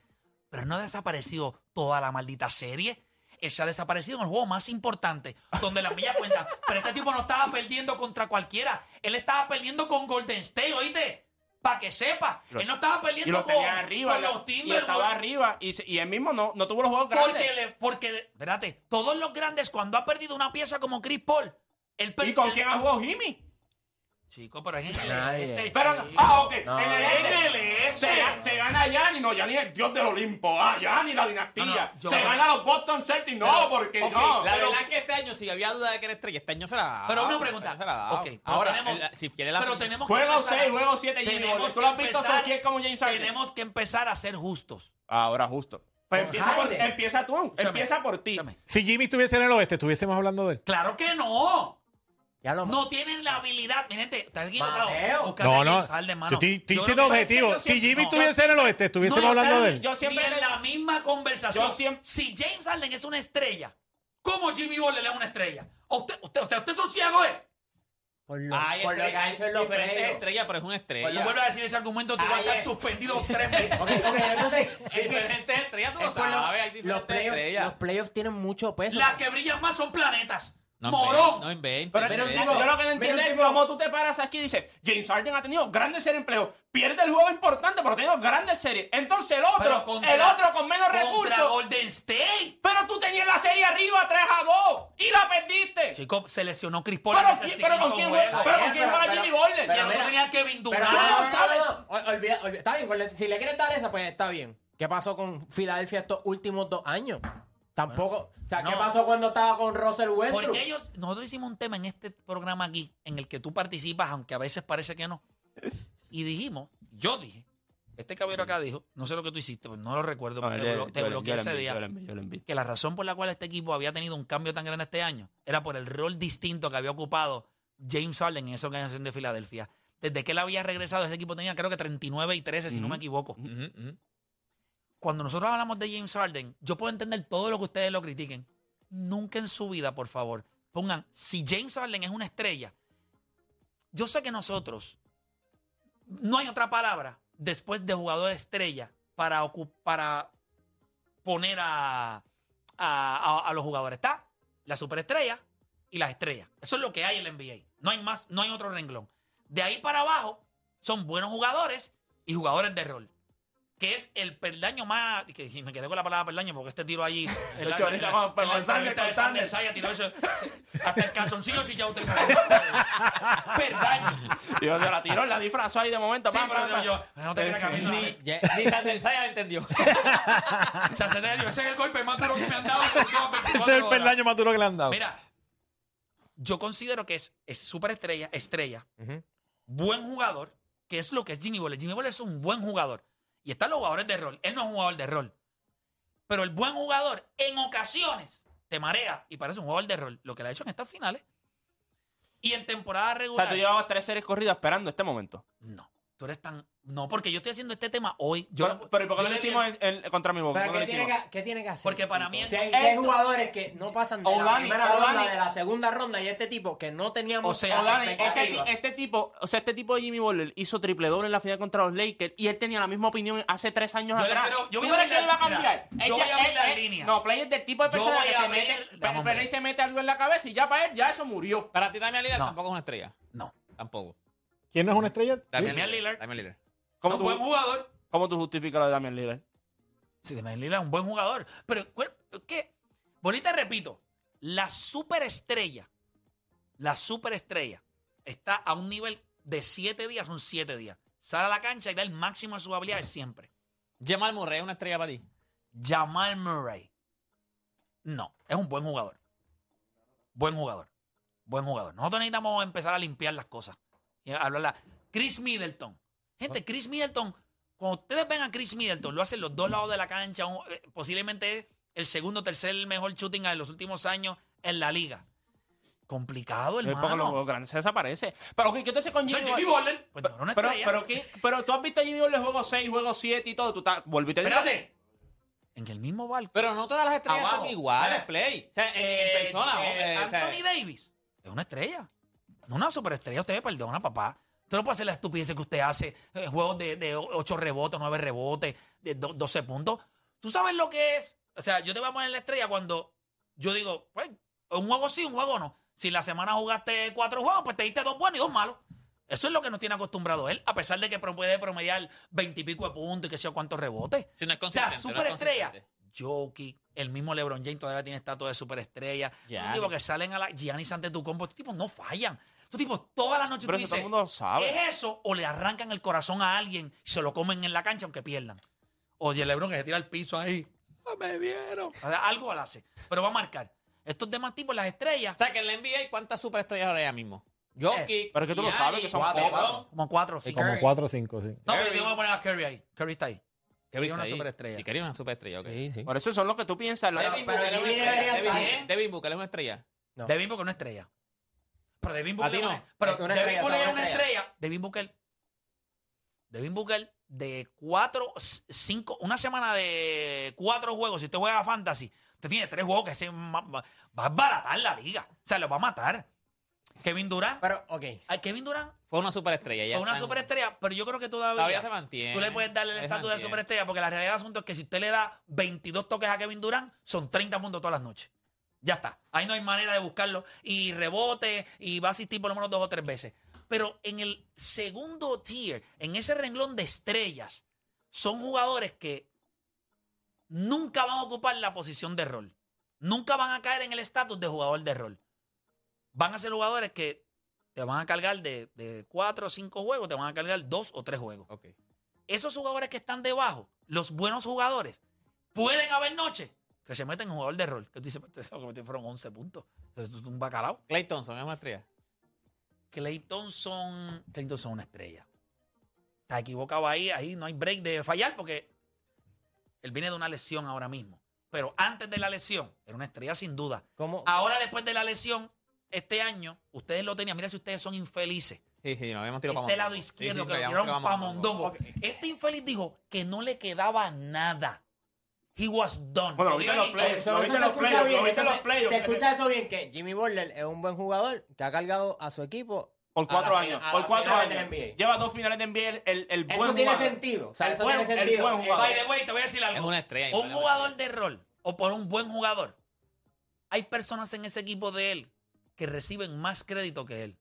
Speaker 1: pero no ha desaparecido toda la maldita serie. Él se ha desaparecido en el juego más importante, donde las millas cuentan. Pero este tipo no estaba perdiendo contra cualquiera. Él estaba perdiendo con Golden State, ¿oíste? Para que sepa. Él no estaba
Speaker 4: Y
Speaker 1: perdiendo
Speaker 4: los
Speaker 1: con,
Speaker 4: tenía arriba.
Speaker 1: con
Speaker 4: la-
Speaker 1: los
Speaker 4: y estaba
Speaker 1: Timberwolves.
Speaker 4: arriba. Y, se- y él mismo no, no tuvo los juegos
Speaker 1: Porque,
Speaker 4: grandes.
Speaker 1: le- porque, le- espérate, todos los grandes, cuando ha perdido una pieza como Chris Paul, él
Speaker 4: ¿Y
Speaker 1: perdió-
Speaker 4: con quién ha jugado Jimmy?
Speaker 1: Chico, pero es este,
Speaker 3: Nadie.
Speaker 1: este
Speaker 4: Pero,
Speaker 1: chico.
Speaker 4: ah, ok.
Speaker 3: No.
Speaker 4: en el
Speaker 1: En el
Speaker 4: este.
Speaker 1: este.
Speaker 4: Se, ga- se gana Yanni. No, Yanni es el dios del Olimpo. Ah, Yanni, la dinastía.
Speaker 1: No, no, yo-
Speaker 4: se gana los Boston Celtics. No, porque
Speaker 2: Ok,
Speaker 4: no.
Speaker 2: la
Speaker 4: pero-
Speaker 2: verdad es que este año, si había duda de que era estrella, este año se la ha dado.
Speaker 1: Pero una
Speaker 2: Se la ha
Speaker 1: pregunta.
Speaker 2: dado.
Speaker 1: Ok, pero
Speaker 2: ahora,
Speaker 1: tenemos-
Speaker 2: el- si quiere la
Speaker 1: pero
Speaker 2: final.
Speaker 1: tenemos
Speaker 4: Juego
Speaker 1: empezar a-
Speaker 4: seis, juego siete, Jimmy
Speaker 1: tenemos
Speaker 4: Ball. ¿Tú
Speaker 1: que
Speaker 4: lo has visto
Speaker 1: empezar-
Speaker 4: aquí como James Harden?
Speaker 1: Tenemos que empezar a ser justos.
Speaker 4: Ahora, justo. Pues empieza, por,
Speaker 3: Harden.
Speaker 4: empieza tú. Empieza por ti.
Speaker 1: Escúchame.
Speaker 5: Si Jimmy estuviese en el oeste, estuviésemos hablando de él.
Speaker 1: Claro que no.
Speaker 3: Ya lo
Speaker 1: No tienen la habilidad. Miren, te- estás equivocado.
Speaker 3: Mateo.
Speaker 1: Búscate
Speaker 5: No,
Speaker 1: a
Speaker 5: no.
Speaker 1: James Harden, mano.
Speaker 5: Yo estoy estoy
Speaker 1: Yo
Speaker 5: siendo
Speaker 1: lo que pasa es que
Speaker 5: objetivo.
Speaker 1: yo
Speaker 5: Si
Speaker 1: siempre-
Speaker 5: Jimmy
Speaker 1: no.
Speaker 5: estuviese en el oeste, estuviésemos
Speaker 1: No, yo
Speaker 5: hablando de
Speaker 1: siempre-
Speaker 5: él.
Speaker 4: Yo siempre.
Speaker 1: Ni en la misma conversación.
Speaker 4: Yo siempre-
Speaker 1: Si James Harden es una estrella, ¿cómo Jimmy Butler es una estrella? ¿A Usted, usted, o sea, usted son ciegos, ¿eh?
Speaker 3: Por lo,
Speaker 2: Hay
Speaker 3: por lo que
Speaker 2: estrellas,
Speaker 3: ha hecho en los
Speaker 2: diferentes
Speaker 3: playoffs.
Speaker 2: estrellas, pero es una
Speaker 1: Pues no
Speaker 2: estrella.
Speaker 1: vuelvas a decir ese argumento, te vas a
Speaker 2: Ay,
Speaker 1: estar
Speaker 2: eh.
Speaker 1: suspendido tres meses.
Speaker 3: Ok, ok, entonces, es que-
Speaker 2: Diferentes estrellas, tú lo
Speaker 3: es por lo-
Speaker 2: sabes, hay
Speaker 3: los,
Speaker 2: diferentes
Speaker 3: playoffs,
Speaker 2: estrellas.
Speaker 3: los playoffs tienen mucho peso.
Speaker 1: Las que brillan más son planetas.
Speaker 2: No
Speaker 1: Morón.
Speaker 2: inventes, No inventes. no
Speaker 4: Pero, yo-
Speaker 2: inventes.
Speaker 4: yo lo que no entiendo es cómo tú te paras aquí y dices, James Harden ha tenido grandes series de empleo, pierde el juego importante, pero ha tenido grandes series. Entonces el otro,
Speaker 1: Pero contra-
Speaker 4: el otro con menos
Speaker 1: contra
Speaker 4: recursos,
Speaker 1: Golden State.
Speaker 4: pero tú tenías la serie arriba 3 a 2 y la perdiste.
Speaker 1: Chico, se lesionó Chris Paul.
Speaker 4: pero,
Speaker 1: en ese
Speaker 4: ¿quién- pero con
Speaker 1: segundo
Speaker 4: quién
Speaker 1: juego.
Speaker 4: juega, pero con
Speaker 3: Bien,
Speaker 4: quién
Speaker 3: pero-
Speaker 4: juega
Speaker 3: pero-
Speaker 4: Jimmy Butler.
Speaker 3: pero
Speaker 1: Y el otro
Speaker 3: mira,
Speaker 1: tenía Kevin
Speaker 3: Pero
Speaker 1: Durant.
Speaker 3: no, no,
Speaker 4: Ah,
Speaker 3: no, no,
Speaker 4: ¿sabes?
Speaker 3: no. Ol- olvida- olvida- Está bien, pues, si le quieres dar esa, pues está bien. ¿Qué pasó con Filadelfia estos últimos dos años? Tampoco. o sea, ¿qué
Speaker 1: no.
Speaker 3: pasó cuando estaba con Russell Westbrook?
Speaker 1: Porque ellos, nosotros hicimos un tema en este programa aquí, en el que tú participas, aunque a veces parece que no. Y dijimos, yo dije, este caballero acá dijo, no sé lo que tú hiciste, pues no lo recuerdo, porque te, blo- te bloqueé ese día. que la razón por la cual este equipo había tenido un cambio tan grande este año era por el rol distinto que había ocupado James Harden en esa organización de Filadelfia. Desde que él había regresado, ese equipo tenía creo que 39 y 13, si no me equivoco.
Speaker 2: Ujú, ujú.
Speaker 1: Cuando nosotros hablamos de James Harden, yo puedo entender todo lo que ustedes lo critiquen. Nunca en su vida, por favor, pongan, si James Harden es una estrella, yo sé que nosotros, no hay otra palabra después de jugador estrella para, ocu- para poner a, a- a- a los jugadores. Está la superestrella y las estrellas. Eso es lo que hay en la NBA. No hay más, no hay otro renglón. De ahí para abajo son buenos jugadores y jugadores de rol. Que es el peldaño más. Que, y me quedé con la palabra peldaño porque este tiro ahí. en la-
Speaker 4: hecho, ahorita
Speaker 1: en la-
Speaker 4: con-
Speaker 1: en
Speaker 4: con
Speaker 1: la
Speaker 4: Sanders,
Speaker 1: entrevista
Speaker 4: con
Speaker 1: de Sanders,
Speaker 4: Sanders.
Speaker 1: Saya tiró eso. Hasta el calzoncillo chichado tengo. Peldaño.
Speaker 4: Yo te la tiró, la disfrazó ahí de momento.
Speaker 1: Sí,
Speaker 4: pam,
Speaker 1: pero
Speaker 4: pam, pam.
Speaker 1: yo, Ah, no te creas que a mí no me-
Speaker 2: Ni ni Sander Saya la entendió.
Speaker 1: Sacerdote, yo, ese es el golpe más duro que me han dado. en las últimas
Speaker 5: Ese
Speaker 1: 24
Speaker 5: es el
Speaker 1: horas.
Speaker 5: peldaño más duro que le han dado.
Speaker 1: Mira, yo considero que es, es superestrella, estrella, buen jugador, que es lo que es Jimmy Butler. Jimmy Butler es un buen jugador. Y están los jugadores de rol. Él no es un jugador de rol. Pero el buen jugador, en ocasiones, te marea y parece un jugador de rol. Lo que le ha hecho en estas finales. Y en temporada
Speaker 4: O
Speaker 1: regular.
Speaker 4: sea, tú llevabas tres series corridas esperando este momento.
Speaker 1: No. tú eres tan. No, porque yo estoy haciendo este tema hoy. Yo
Speaker 4: pero, pero ¿y ¿por
Speaker 1: yo
Speaker 4: qué no lo
Speaker 1: le-
Speaker 4: hicimos en- en- contra mi boca?
Speaker 3: ¿Pero qué tiene, que, qué tiene que hacer?
Speaker 1: Porque para mí
Speaker 3: Si hay,
Speaker 1: es-
Speaker 3: si hay jugadores que no pasan de la
Speaker 4: Oblak,
Speaker 3: primera
Speaker 4: Oblak.
Speaker 3: ronda, de la segunda ronda, y este tipo que no
Speaker 1: O
Speaker 3: teníamos
Speaker 1: sea,
Speaker 3: la
Speaker 4: Dani, este, ti- este tipo, o sea, este tipo de Jimmy Butler hizo triple doble en la final contra los Lakers y él tenía la misma opinión hace tres años
Speaker 1: Yo le
Speaker 4: atrás.
Speaker 1: creo- yo
Speaker 4: ¿Tú
Speaker 1: voy a
Speaker 4: crees que él va a
Speaker 1: abrir la-
Speaker 4: cambiar?
Speaker 1: mira,
Speaker 4: Él
Speaker 1: yo
Speaker 4: ya-
Speaker 1: voy a abrir
Speaker 4: él-
Speaker 1: las
Speaker 4: él-
Speaker 1: líneas.
Speaker 4: No, Play es del tipo de
Speaker 1: Yo
Speaker 4: persona
Speaker 1: voy
Speaker 4: que
Speaker 1: a
Speaker 4: se
Speaker 1: abrir-
Speaker 4: mete,
Speaker 1: Dame
Speaker 4: pero,
Speaker 1: un
Speaker 4: pero él
Speaker 1: break.
Speaker 4: se mete algo en la cabeza y ya para él, ya eso murió.
Speaker 2: Para ti, Damian Lillard
Speaker 1: No.
Speaker 2: tampoco es una estrella.
Speaker 1: No.
Speaker 2: Tampoco.
Speaker 5: ¿Quién no es una estrella?
Speaker 1: Damian Lillard.
Speaker 2: Damian Lillard.
Speaker 4: ¿Cómo,
Speaker 1: un buen
Speaker 4: tú,
Speaker 1: jugador.
Speaker 4: ¿Cómo tú justificas lo de Damian Lillard?
Speaker 1: Sí, Damian Lillard es un buen jugador. Pero, ¿cuál- ¿qué? Bonita, repito, la superestrella, la superestrella está a un nivel de 7 días, son 7 días. Sale a la cancha y da el máximo de sus habilidades siempre.
Speaker 2: Jamal Murray es una estrella para ti.
Speaker 1: Jamal Murray. No, es un buen jugador. Buen jugador. Buen jugador. Nosotros necesitamos empezar a limpiar las cosas. Y hablarla. Chris Middleton. Gente, Chris Middleton, cuando ustedes ven a Chris Middleton, lo hacen los dos lados de la cancha. un- eh, posiblemente es el segundo o tercer mejor shooting de los últimos años en la liga. Complicado,
Speaker 4: Es porque los
Speaker 1: hermano.
Speaker 4: juegos grandes se desaparece. Pero ¿qué, qué te hace con
Speaker 1: Soy
Speaker 4: Jimmy,
Speaker 1: Jimmy
Speaker 4: Butler?
Speaker 1: Butler. Pues no era una
Speaker 4: pero,
Speaker 1: estrella.
Speaker 4: pero, ¿qué- pero tú has visto a Jimmy Butler juego 6, juego 7 y todo. Tú estás, volviste a decir-
Speaker 1: Espérate. En el mismo barco.
Speaker 2: Pero no todas las estrellas
Speaker 1: Abajo.
Speaker 2: son iguales,
Speaker 1: Mira.
Speaker 2: Play. O sea, en-
Speaker 1: Eh,
Speaker 2: en persona. ¿no?
Speaker 1: eh,
Speaker 2: Eh, o sea,
Speaker 1: Anthony Davis es una estrella. No una superestrella. Usted me perdona, papá. Usted no puede hacer la estupidez que usted hace. eh, juegos de, de 8 rebotes, 9 rebotes, de do- 12 puntos. ¿Tú sabes lo que es? O sea, yo te voy a poner la estrella cuando yo digo, pues, un juego sí, un juego no. Si la semana jugaste cuatro juegos, pues te diste dos buenos y dos malos. Eso es lo que nos tiene acostumbrado él, a pesar de que pro- puede promediar 20 y pico de puntos y que sea cuántos rebotes.
Speaker 2: si no es
Speaker 1: O sea,
Speaker 2: consistente, no es
Speaker 1: superestrella.
Speaker 2: consistente.
Speaker 1: Jokic, el mismo LeBron James todavía tiene estatua de superestrella. Los
Speaker 2: Giannis.
Speaker 1: tipos que salen a la Giannis ante tu combo, estos tipos no fallan. Estos tipos todas las noches
Speaker 4: Pero
Speaker 1: tú
Speaker 4: eso todo el
Speaker 1: dices,
Speaker 4: mundo lo sabe.
Speaker 1: ¿es eso o le arrancan el corazón a alguien y se lo comen en la cancha aunque pierdan? Oye, LeBron que se tira al piso ahí. "Ah, Me dieron. O sea, Algo la hace, pero va a marcar. Estos demás tipos, las estrellas,
Speaker 2: O sea, que en la NBA, ¿cuántas superestrellas ahora ya mismo? Jokic.
Speaker 4: Pero es que tú lo
Speaker 2: Giannis,
Speaker 4: sabes que son
Speaker 2: LeBron.
Speaker 4: pocas.
Speaker 1: como cuatro o cinco.
Speaker 5: Como
Speaker 3: Curry.
Speaker 5: 4 o 5, sí.
Speaker 1: No, pero yo voy a poner a Curry ahí. Curry está ahí.
Speaker 2: Curry
Speaker 1: una
Speaker 2: está ahí.
Speaker 1: superestrella.
Speaker 2: Sí, quería una superestrella, ok.
Speaker 4: Por eso son los que tú piensas. la-
Speaker 2: Devin
Speaker 3: pero
Speaker 2: Booker es
Speaker 3: Jimmy
Speaker 2: una estrella.
Speaker 3: debería
Speaker 2: Devin
Speaker 3: estar,
Speaker 2: Booker-
Speaker 3: ¿eh?
Speaker 2: Devin Booker es una estrella.
Speaker 3: No.
Speaker 1: Devin Booker es una estrella. Pero Devin
Speaker 2: A
Speaker 1: Booker.
Speaker 2: ti no.
Speaker 1: es una- Pero
Speaker 3: Es una
Speaker 1: Devin
Speaker 3: estrella,
Speaker 1: Booker
Speaker 3: son
Speaker 1: es una
Speaker 3: estrellas.
Speaker 1: estrella. Devin Booker. Devin Booker de cuatro, c- cinco, una semana de cuatro juegos. Si usted juega a fantasy, usted tiene tres juegos que se ma- ma- va a baratar la liga. O sea, lo va a matar. Kevin Durant.
Speaker 3: Pero, ok.
Speaker 1: Al Kevin Durant
Speaker 2: Fue una superestrella. ya
Speaker 1: fue una
Speaker 2: está en-
Speaker 1: superestrella, pero yo creo que
Speaker 2: Todavía se mantiene.
Speaker 1: Tú le puedes darle el
Speaker 2: Se
Speaker 1: estatus de
Speaker 2: mantiene.
Speaker 1: superestrella porque la realidad del asunto es que si usted le da 22 toques a Kevin Durant, son 30 puntos todas las noches. Ya está. Ahí no hay manera de buscarlo. Y rebote, y va a asistir por lo menos dos o tres veces. Pero en el segundo tier, en ese renglón de estrellas, son jugadores que nunca van a ocupar la posición de rol. Nunca van a caer en el estatus de jugador de rol. Van a ser jugadores que te van a cargar de, de cuatro o cinco juegos, te van a cargar dos o tres juegos
Speaker 2: Ok.
Speaker 1: esos jugadores que están debajo, los buenos jugadores, pueden haber noches que se meten en jugador de rol. Que tú dices, "Este sábado que metí fueron 11 puntos. Esto es un bacalao.
Speaker 2: Clay Thompson es una estrella.
Speaker 1: Clay Thompson, Clay Thompson es una estrella. Está equivocado ahí, ahí no hay break de fallar porque él viene de una lesión ahora mismo. Pero antes de la lesión, era una estrella sin duda.
Speaker 3: ¿Cómo?
Speaker 1: Ahora después de la lesión, este año, ustedes lo tenían. Mira si ustedes son infelices.
Speaker 2: Sí, sí, nos habíamos tirado para
Speaker 1: Este lado izquierdo que lo dieron pa' Mondongo.
Speaker 3: Ok.
Speaker 1: Este infeliz dijo que no le quedaba nada. He was done.
Speaker 4: Bueno,
Speaker 1: Lo
Speaker 4: lo
Speaker 1: dijo
Speaker 4: viste en los
Speaker 1: en-
Speaker 4: playoffs.
Speaker 3: Eso,
Speaker 4: Lo
Speaker 3: eso
Speaker 4: viste en
Speaker 3: se
Speaker 4: los
Speaker 3: escucha
Speaker 4: playoffs,
Speaker 3: bien.
Speaker 4: lo viste en
Speaker 3: eso
Speaker 4: los
Speaker 3: se-
Speaker 4: playoffs.
Speaker 3: Se escucha eso bien, que Jimmy Butler es un buen jugador que ha cargado a su equipo.
Speaker 4: Por
Speaker 3: a
Speaker 4: cuatro
Speaker 3: la-
Speaker 4: años.
Speaker 3: a la
Speaker 4: Por cuatro
Speaker 3: final del
Speaker 4: años.
Speaker 3: NBA.
Speaker 4: Lleva dos finales de NBA el, el, el buen
Speaker 3: Eso tiene
Speaker 4: jugador.
Speaker 3: sentido. O sea,
Speaker 4: El
Speaker 3: eso
Speaker 4: buen-
Speaker 3: tiene
Speaker 4: el
Speaker 3: sentido.
Speaker 4: buen jugador.
Speaker 1: By the way, te voy a decir algo.
Speaker 2: Es una estrella,
Speaker 1: Un
Speaker 2: vale, vale.
Speaker 1: jugador de rol o por un buen jugador. Hay personas en ese equipo de él que reciben más crédito que él.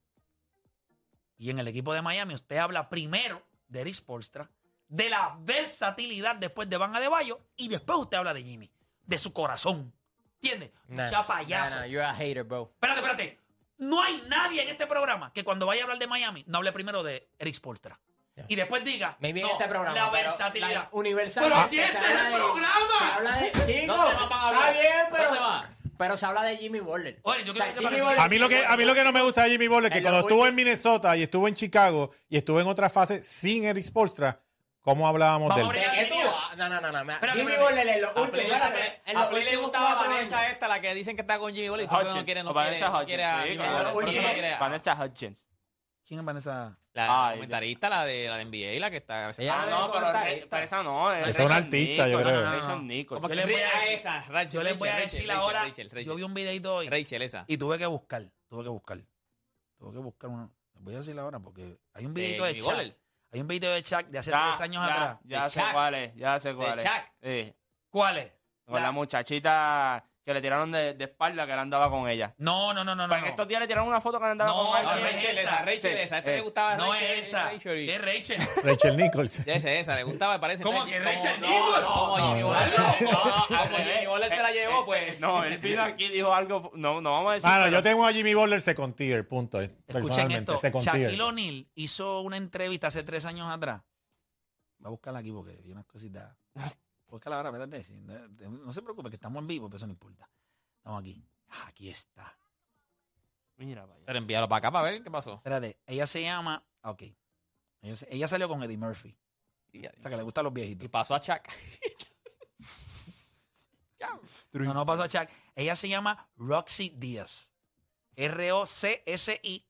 Speaker 1: Y en el equipo de Miami, usted habla primero de Eric Spolstra, de la versatilidad después de Van Adebayo, y después usted habla de Jimmy, de su corazón. ¿Entiendes?
Speaker 3: Nah,
Speaker 1: Mucha payaso.
Speaker 3: nah, nah, you're a hater, bro.
Speaker 1: Espérate, espérate. No hay nadie en este programa que cuando vaya a hablar de Miami no hable primero de Eric Spolstra. Y después diga
Speaker 3: Maybe
Speaker 1: no,
Speaker 3: en este programa.
Speaker 1: la
Speaker 3: pero
Speaker 1: versatilidad.
Speaker 3: la universal.
Speaker 1: Pero
Speaker 3: Ah,
Speaker 1: si este
Speaker 3: se
Speaker 1: es
Speaker 3: habla
Speaker 1: el
Speaker 3: de-
Speaker 1: programa.
Speaker 3: Se habla de. Chico,
Speaker 2: ¿Dónde más van a hablar?
Speaker 3: está bien,
Speaker 2: ¿Dónde
Speaker 3: pero.
Speaker 2: más?
Speaker 3: Pero se habla de Jimmy Butler.
Speaker 1: Oye, yo quiero que sepa que-
Speaker 5: A mí, lo que, a mí lo que no me gusta de Jimmy Butler es que
Speaker 3: En
Speaker 5: cuando
Speaker 3: los
Speaker 5: estuvo en
Speaker 3: últimos-
Speaker 5: Minnesota y estuvo en Chicago y estuvo en otra fase sin Eric Spolstra, ¿cómo hablábamos
Speaker 1: Vamos
Speaker 5: de él?
Speaker 1: a
Speaker 3: ¿Qué tú?
Speaker 1: Mira.
Speaker 3: Ah, No, no, no, no.
Speaker 1: Espérate,
Speaker 3: Jimmy
Speaker 1: espérate.
Speaker 3: Butler en los
Speaker 2: A Play,
Speaker 3: últimos. espérate, en los
Speaker 2: a Play le
Speaker 3: últimos
Speaker 2: gustaba
Speaker 3: cuatro años.
Speaker 1: ¿eh?
Speaker 2: Vanessa esta, la que dicen que está con Jimmy Butler y todo el mundo no
Speaker 4: Hutchins.
Speaker 2: quiere, no
Speaker 4: Vanessa
Speaker 2: quiere, no
Speaker 4: Hutchins,
Speaker 2: quiere a
Speaker 4: sí,
Speaker 2: Jimmy
Speaker 4: claro.
Speaker 2: Butler. Por eso no
Speaker 3: Oye,
Speaker 2: quiere a-
Speaker 4: Vanessa Hudgens.
Speaker 1: ¿Quién es Vanessa?
Speaker 2: La
Speaker 4: Ay,
Speaker 2: comentarista, la de la de NBA, la que está.
Speaker 3: Ella-
Speaker 4: Ah, no, pero,
Speaker 3: Ella-
Speaker 4: Re- pero esa no.
Speaker 5: Esa es una artista, yo creo.
Speaker 4: Rachel Nichols.
Speaker 2: ¿Cómo
Speaker 1: yo
Speaker 2: que
Speaker 1: le voy a
Speaker 2: Ra-
Speaker 1: decir-
Speaker 2: esa, Rachel,
Speaker 1: Yo les voy a
Speaker 2: Rachel,
Speaker 1: decir
Speaker 2: Rachel,
Speaker 1: ahora.
Speaker 2: Rachel, Rachel.
Speaker 1: Yo vi un videito hoy
Speaker 2: Rachel, esa.
Speaker 1: y tuve que buscar. Tuve que buscar. Tuve que buscar una. les Voy a decir ahora porque hay un videito de,
Speaker 2: Jimmy
Speaker 1: Shaq.
Speaker 2: Butler.
Speaker 1: Hay un videito de Shaq de hace
Speaker 4: Ya,
Speaker 1: tres años
Speaker 4: ya,
Speaker 1: atrás.
Speaker 4: Ya
Speaker 2: De
Speaker 4: sé
Speaker 2: Shaq.
Speaker 4: cuál es, ya sé cuál es.
Speaker 2: Shaq.
Speaker 4: Sí,
Speaker 1: ¿Cuál es?
Speaker 4: con la...
Speaker 1: La-
Speaker 4: muchachita que le tiraron de, de espalda que él andaba con ella.
Speaker 1: No, no, no, no.
Speaker 4: Pero
Speaker 1: no,
Speaker 4: en
Speaker 1: no.
Speaker 4: estos días le tiraron una foto que él andaba
Speaker 1: No,
Speaker 4: con
Speaker 2: No,
Speaker 1: no,
Speaker 4: alguien.
Speaker 2: Rachel,
Speaker 1: esa.
Speaker 2: esa, Rachel,
Speaker 4: Sí,
Speaker 2: esa. Este
Speaker 4: eh,
Speaker 2: le gustaba
Speaker 1: No
Speaker 2: Rachel,
Speaker 1: es esa.
Speaker 2: Rachel.
Speaker 1: ¿Qué es Rachel?
Speaker 5: Rachel Nichols.
Speaker 2: Ya esa, esa, le gustaba, parece.
Speaker 1: ¿Cómo
Speaker 2: Está-
Speaker 1: que
Speaker 2: como-
Speaker 1: Rachel
Speaker 2: no,
Speaker 1: Nichols?
Speaker 2: no, Como Jimmy Butler. No, eh, no, Ah, como Jimmy Butler se la llevó, pues.
Speaker 4: No, él vino aquí y dijo algo. No, no vamos a decir.
Speaker 5: Mano,
Speaker 4: pero-
Speaker 5: Ah, yo tengo a Jimmy Butler second tier, punto. eh,
Speaker 1: Escuchen
Speaker 5: personalmente,
Speaker 1: esto.
Speaker 5: second tier.
Speaker 1: Shaquille O'Neal hizo una entrevista hace tres años atrás. Va a buscarla aquí porque vi unas cositas. Búscala ahora, espérate. sí, No, no se preocupe, que estamos en vivo, pero eso no importa. Estamos aquí. Ah, Aquí está.
Speaker 4: Mira, vaya.
Speaker 2: Pero envíalo para acá para ver qué pasó.
Speaker 1: Espérate, ella se llama. ah, Ok. Ella, se- ella salió con Eddie Murphy. O sea, que le gustan los
Speaker 2: Y
Speaker 1: viejitos.
Speaker 2: pasó a Chuck.
Speaker 1: No, no pasó a Chuck. Ella se llama Roxy Díaz. R-O-C-S-I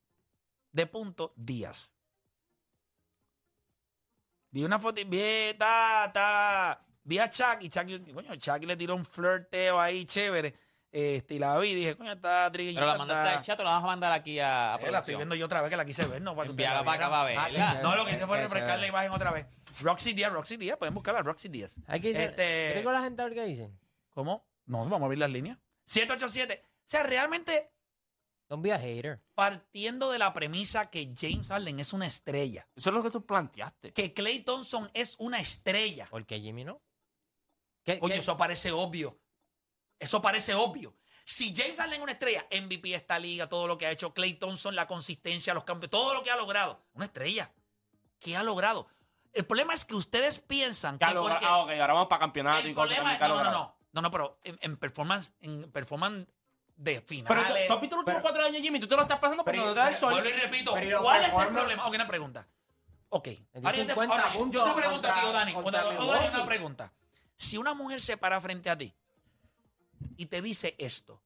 Speaker 1: de punto Díaz. Vi una foto, vi, ta, ta, vi a Chuck y Chuck, y- coño, Chuck le tiró un flirteo ahí chévere. Este, y la vi y dije, coño, está trigueñita.
Speaker 2: Pero la mandaste al chat o la vas a mandar aquí
Speaker 1: Eh, la
Speaker 2: a, a
Speaker 1: estoy
Speaker 2: producción?
Speaker 1: viendo yo otra vez que la quise ver, no para que ustedes
Speaker 2: Envíala
Speaker 1: la
Speaker 2: para acá para
Speaker 1: vieran.
Speaker 3: Ah,
Speaker 2: verla.
Speaker 3: que-
Speaker 1: No, lo que hice fue
Speaker 3: Ese-
Speaker 1: refrescar la imagen otra vez. Roxy Díaz, Roxy Díaz, pueden buscarla, Roxy Díaz.
Speaker 3: Hay que decir.
Speaker 1: Este-
Speaker 3: ¿Qué con la gente a ver qué dicen?
Speaker 1: ¿Cómo? No, vamos a abrir las líneas. 787. O sea, realmente
Speaker 3: Don't be a hater.
Speaker 1: partiendo de la premisa que James Harden es una estrella,
Speaker 4: Eso es lo que tú planteaste.
Speaker 1: que Clay Thompson es una estrella.
Speaker 3: Porque Jimmy no. ¿Qué,
Speaker 1: Oye,
Speaker 3: qué-
Speaker 1: eso parece obvio. Eso parece obvio. Si James Harden es una estrella, MVP de esta liga, todo lo que ha hecho Clay Thompson, la consistencia, los campeones, todo lo que ha logrado, una estrella. ¿Qué ha logrado? El problema es que ustedes piensan que
Speaker 4: Ya lo-
Speaker 1: porque-
Speaker 4: Ah, ok, ahora vamos para campeonato
Speaker 1: el
Speaker 4: y cosas
Speaker 1: problema
Speaker 4: también.
Speaker 1: es,
Speaker 4: que ha
Speaker 1: no, no,
Speaker 4: logrado.
Speaker 1: no, no, no, pero en, en performance, en performance de
Speaker 4: Pero
Speaker 1: finales.
Speaker 4: tú, tú has visto los últimos cuatro años, Jimmy. Tú te lo estás pasando por
Speaker 3: Pero-
Speaker 4: donde te da el sol.
Speaker 1: Vuelvo y repito,
Speaker 3: Pero ¿y los
Speaker 1: ¿cuál es el
Speaker 3: performance?
Speaker 1: problema? Ok, una pregunta. Ok.
Speaker 3: dio
Speaker 1: Ahora yo te,
Speaker 3: 50
Speaker 1: ahora, yo
Speaker 3: puntos
Speaker 1: te pregunto a ti,
Speaker 3: contra-
Speaker 1: Dani.
Speaker 3: contra
Speaker 1: una
Speaker 3: Milwaukee.
Speaker 1: pregunta. Si una mujer se para frente a ti y te dice esto,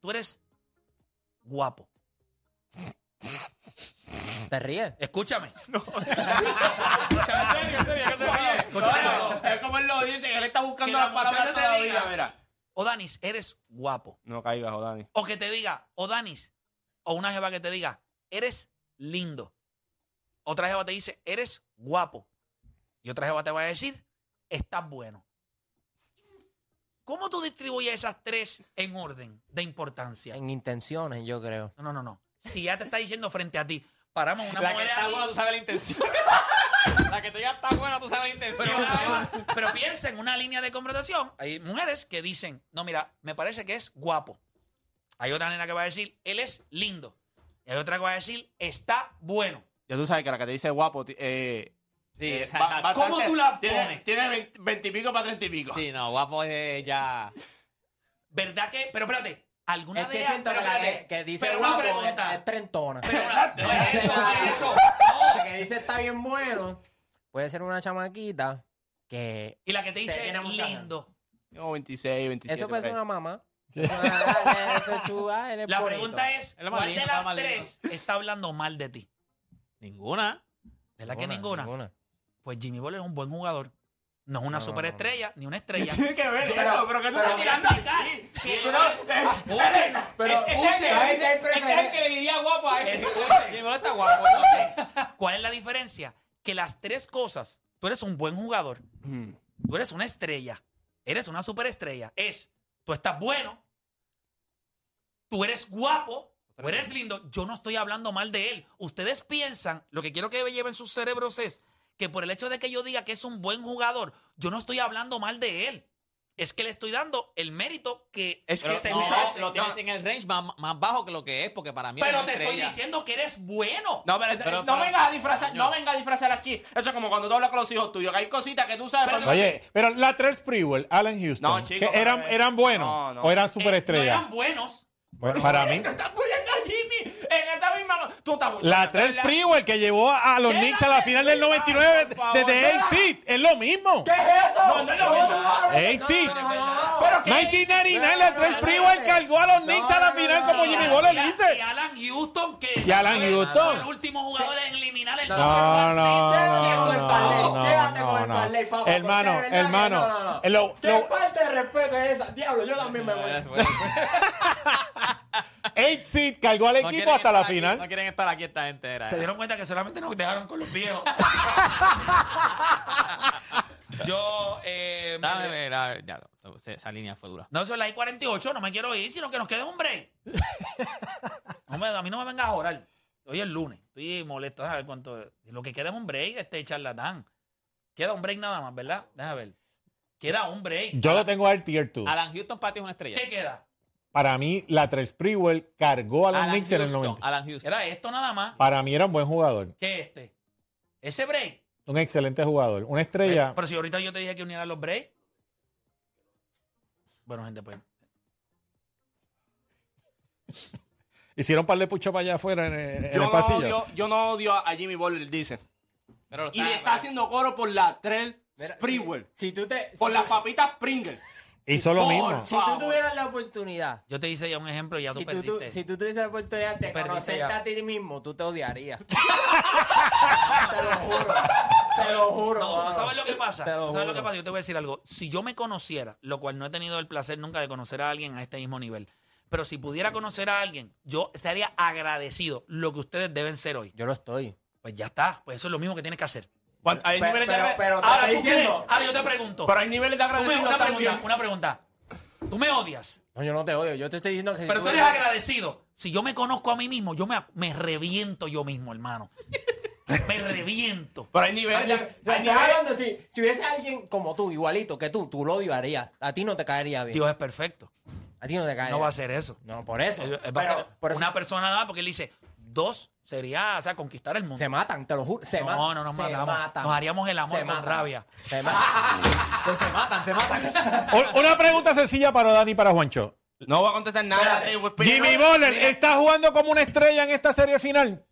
Speaker 1: tú eres guapo.
Speaker 3: ¿Te ríes?
Speaker 1: Escúchame.
Speaker 4: Oye, Es como él lo dice, que él está buscando
Speaker 1: Que la
Speaker 4: las palabras
Speaker 1: muchacha te
Speaker 4: todavía.
Speaker 1: diga.
Speaker 4: Mira.
Speaker 1: O Danis, eres guapo.
Speaker 4: No caigas, Odani.
Speaker 1: O que te diga, o Danis, o una jeva que te diga, eres lindo. Otra jeva te dice, eres guapo. Y otra jeva te va a decir, estás bueno. ¿Cómo tú distribuyes esas tres en orden de importancia?
Speaker 3: En intenciones, yo creo.
Speaker 1: No, no, no, no. Si ya te está diciendo frente a ti, paramos una
Speaker 2: La que
Speaker 1: mujer
Speaker 2: está
Speaker 1: ahí,
Speaker 2: buena, tú sabes la intención. La que te diga está buena, tú sabes la intención.
Speaker 1: pero, una jeva- pero piensa en una línea de conversación. Hay mujeres que dicen, no, mira, me parece que es guapo. Hay otra nena que va a decir, él es lindo. Y hay otra que va a decir, está bueno.
Speaker 4: Ya tú sabes que la que te dice guapo, ti- eh,
Speaker 2: Sí,
Speaker 4: eh,
Speaker 2: o sea,
Speaker 4: ba-
Speaker 2: está-
Speaker 4: bastante-
Speaker 1: ¿Cómo tú la
Speaker 4: Tiene,
Speaker 1: pones?
Speaker 4: tiene veinte- veintipico para treinta y pico.
Speaker 2: Sí, no, guapo es eh, ya.
Speaker 1: ¿Verdad que? Pero espérate, alguna
Speaker 3: es
Speaker 1: de
Speaker 3: que
Speaker 1: ellas.
Speaker 3: siento
Speaker 1: pero
Speaker 3: que la
Speaker 1: espérate,
Speaker 3: que, que dice
Speaker 1: pero
Speaker 3: guapo
Speaker 1: una pregunta.
Speaker 3: es, es trentona.
Speaker 1: pero una- no es eso, no es eso.
Speaker 3: La que dice está bien bueno. Puede ser una chamaquita que...
Speaker 1: Y la que te dice
Speaker 3: tiene mucha
Speaker 1: lindo.
Speaker 4: Tengo 26, 27.
Speaker 3: Eso puede ser
Speaker 4: por ahí.
Speaker 3: una mamá. Eso es chula, él es
Speaker 1: La
Speaker 3: bonito.
Speaker 1: pregunta es:
Speaker 2: Es lo más
Speaker 1: ¿cuál
Speaker 2: lindo,
Speaker 1: de
Speaker 2: es lo
Speaker 1: las
Speaker 2: más lindo.
Speaker 1: tres está hablando mal de ti?
Speaker 2: Ninguna.
Speaker 1: ¿Verdad que ninguna? Pues Jimmy Butler es un buen jugador. No es una
Speaker 3: No, no,
Speaker 1: superestrella, ni una estrella.
Speaker 4: Tiene que ver,
Speaker 1: Pero-
Speaker 4: eso, pero que tú estás tirando aquí. Tú no- eh,
Speaker 1: Escuchen,
Speaker 3: Pero
Speaker 4: ¿sabes?
Speaker 3: escuchen,
Speaker 2: Este es el que le diría guapo a él. Y no está guapo.
Speaker 1: ¿Cuál es la diferencia? Que las tres cosas, tú eres un buen jugador,
Speaker 2: Hmm.
Speaker 4: Mm.
Speaker 1: tú eres una estrella, eres una superestrella, es, tú estás bueno, tú eres guapo, tú eres lindo, yo no estoy hablando mal de él. Ustedes piensan, lo que quiero que lleven sus cerebros es que por el hecho de que yo diga que es un buen jugador, yo no estoy hablando mal de él. Es que le estoy dando el mérito que
Speaker 4: Es que
Speaker 2: Pero
Speaker 4: se
Speaker 2: no,
Speaker 4: usa-
Speaker 2: lo tienes en el range más, más bajo que lo que es, porque para mí
Speaker 1: Pero
Speaker 2: es una
Speaker 1: te estoy
Speaker 2: estrella.
Speaker 1: diciendo que eres bueno.
Speaker 4: No, pero,
Speaker 2: Pero-
Speaker 4: no
Speaker 2: pero-
Speaker 4: vengas a disfrazar,
Speaker 2: Yo-
Speaker 4: no vengas a disfrazar aquí. Eso es como cuando tú hablas con los hijos tuyos, que hay cositas que tú sabes.
Speaker 1: Pero-
Speaker 4: cuando-
Speaker 5: Oye, pero Latrell Sprewell, Alan Houston,
Speaker 4: No, chico,
Speaker 5: que eran,
Speaker 4: pero-
Speaker 5: eran buenos
Speaker 4: No, no.
Speaker 5: o eran
Speaker 1: Eh, no
Speaker 5: superestrellas.
Speaker 1: eran buenos.
Speaker 5: Bueno, para mí,
Speaker 4: Te estás poniendo a Jimmy en esa misma. Tú estás
Speaker 5: Latrell Sprewell que llevó a los
Speaker 4: ¿Qué
Speaker 5: Knicks a la
Speaker 4: Latrell
Speaker 5: final del
Speaker 4: Sprewell?
Speaker 5: 99
Speaker 4: Por favor,
Speaker 5: desde
Speaker 4: no.
Speaker 5: el seat, es lo mismo.
Speaker 4: No, no es lo mismo.
Speaker 5: El seat.
Speaker 3: Pero
Speaker 1: ¿qué?
Speaker 5: 1999, la tres Freeway cargó a los Knicks a la final como
Speaker 1: Y-
Speaker 5: Jimmy Butler
Speaker 1: y- Y
Speaker 5: dice.
Speaker 1: Alan Houston, que
Speaker 5: Y Alan
Speaker 1: fue
Speaker 5: Houston.
Speaker 1: el último jugador en eliminar el
Speaker 3: No,
Speaker 5: No, no,
Speaker 3: Siendo el parlay,
Speaker 5: no, no,
Speaker 3: quédate con
Speaker 5: no,
Speaker 3: el
Speaker 5: no.
Speaker 3: parlay, papá, porque de
Speaker 5: Hermano,
Speaker 3: verdad que no, no,
Speaker 5: hermano.
Speaker 3: no.
Speaker 5: eh, lo-
Speaker 3: ¿Qué
Speaker 5: lo-
Speaker 3: falta de respeto es esa? Diablo, yo
Speaker 2: Eh,
Speaker 3: también me voy.
Speaker 5: Eight Seed cargó al
Speaker 2: No
Speaker 5: equipo
Speaker 2: quieren
Speaker 5: hasta la
Speaker 2: estar aquí, No
Speaker 5: final.
Speaker 2: quieren estar aquí esta gente. Era.
Speaker 1: Se dieron cuenta que solamente nos dejaron con los viejos. Yo, eh, me-
Speaker 2: Dame, mira, ya, no, se- esa línea fue dura.
Speaker 1: no, eso es la I-48, no me quiero ir, sino que nos quede un break. No me- a mí no me vengas a orar. Hoy es lunes, estoy molesto, déjame ver cuánto es. Lo que queda es un break, este charlatán. Queda un break nada más, ¿verdad? Déjame ver. Queda un break.
Speaker 5: Yo lo tengo al tier 2.
Speaker 2: Alan Houston para ti es una estrella.
Speaker 1: ¿Qué queda?
Speaker 5: Para mí, la tres Freewell cargó a los
Speaker 2: Alan
Speaker 5: Knicks en el
Speaker 2: Houston,
Speaker 5: 90.
Speaker 2: Alan Houston.
Speaker 1: Era esto nada más
Speaker 5: Para mí era un buen jugador,
Speaker 1: que este. Ese break.
Speaker 5: un excelente jugador, una
Speaker 4: Eh,
Speaker 5: estrella.
Speaker 1: Pero si ahorita yo te dije que unieran los breaks. Bueno, gente, pues.
Speaker 5: Hicieron un par de puchos para allá afuera en el, en
Speaker 4: Yo
Speaker 5: el
Speaker 4: no,
Speaker 5: pasillo.
Speaker 4: odio, yo no odio a, a Jimmy Butler, dice.
Speaker 2: Pero lo
Speaker 4: Y le está
Speaker 2: pero-
Speaker 4: haciendo coro por la Trell Sprewell.
Speaker 3: Si tú te. si
Speaker 4: Por
Speaker 3: tú-
Speaker 4: las papitas Pringle.
Speaker 5: Hizo lo
Speaker 4: Por
Speaker 5: mismo.
Speaker 3: Si tú tuvieras la oportunidad.
Speaker 1: Yo te hice ya un ejemplo y ya
Speaker 3: Si
Speaker 1: tú
Speaker 3: tú, tu-
Speaker 1: perdiste.
Speaker 3: si tú tuvieses la oportunidad de
Speaker 1: perdiste
Speaker 3: conocerte
Speaker 1: ya.
Speaker 3: a ti mismo, tú te odiarías. te lo juro. Te lo juro.
Speaker 1: No,
Speaker 3: mano.
Speaker 1: ¿tú ¿sabes lo que pasa?
Speaker 3: Te lo
Speaker 1: ¿Tú ¿Sabes lo
Speaker 3: juro.
Speaker 1: que pasa? Yo te voy a decir algo. Si yo me conociera, lo cual no he tenido el placer nunca de conocer a alguien a este mismo nivel, pero si pudiera conocer a alguien, yo estaría agradecido lo que ustedes deben ser hoy.
Speaker 3: Yo lo estoy.
Speaker 1: Pues ya está, pues eso es lo mismo que tienes que hacer.
Speaker 4: Cuando- Hay
Speaker 3: Pero-
Speaker 4: niveles de
Speaker 3: pero-
Speaker 4: agra-
Speaker 3: pero te
Speaker 4: ahora,
Speaker 3: estoy
Speaker 4: ¿tú
Speaker 3: diciendo-
Speaker 4: crees?
Speaker 1: Ahora yo te pregunto.
Speaker 4: Pero hay niveles de
Speaker 1: Tú me-
Speaker 4: agradecimiento
Speaker 1: una
Speaker 4: tan
Speaker 1: pregunta,
Speaker 4: bien.
Speaker 1: una pregunta. Tú me odias,
Speaker 3: No, yo no te odio. Yo te estoy diciendo que si
Speaker 1: pero tú eres
Speaker 3: tuvieras-
Speaker 1: agradecido. Si yo me conozco a mí mismo, yo me, me reviento yo mismo, hermano. me reviento.
Speaker 4: Pero hay niveles de
Speaker 3: Yo- yo
Speaker 4: hay
Speaker 3: estoy
Speaker 4: niveles-
Speaker 3: hablando, si, si hubiese alguien como tú, igualito que tú, tú lo odiarías. A ti no te caería bien.
Speaker 1: Dios es perfecto.
Speaker 3: a ti no te caería.
Speaker 1: No va a hacer eso.
Speaker 3: No, por eso.
Speaker 1: Él- él va a
Speaker 3: Pero-
Speaker 1: ser
Speaker 3: por eso
Speaker 1: una persona nada más porque él dice, dos sería, o sea, conquistar el mundo.
Speaker 3: se matan, te lo juro. Se
Speaker 1: No,
Speaker 3: matan.
Speaker 1: no, nos
Speaker 3: se
Speaker 1: matamos.
Speaker 3: matan.
Speaker 1: Nos haríamos el amor con
Speaker 3: matan.
Speaker 1: rabia.
Speaker 3: Se matan.
Speaker 2: Pues se matan, se matan.
Speaker 5: O- Una pregunta sencilla para Dani y para Juancho.
Speaker 4: No voy a contestar nada. de la Trell Sprewell.
Speaker 5: Jimmy Butler
Speaker 4: Mira,
Speaker 5: está jugando como una estrella en esta serie final.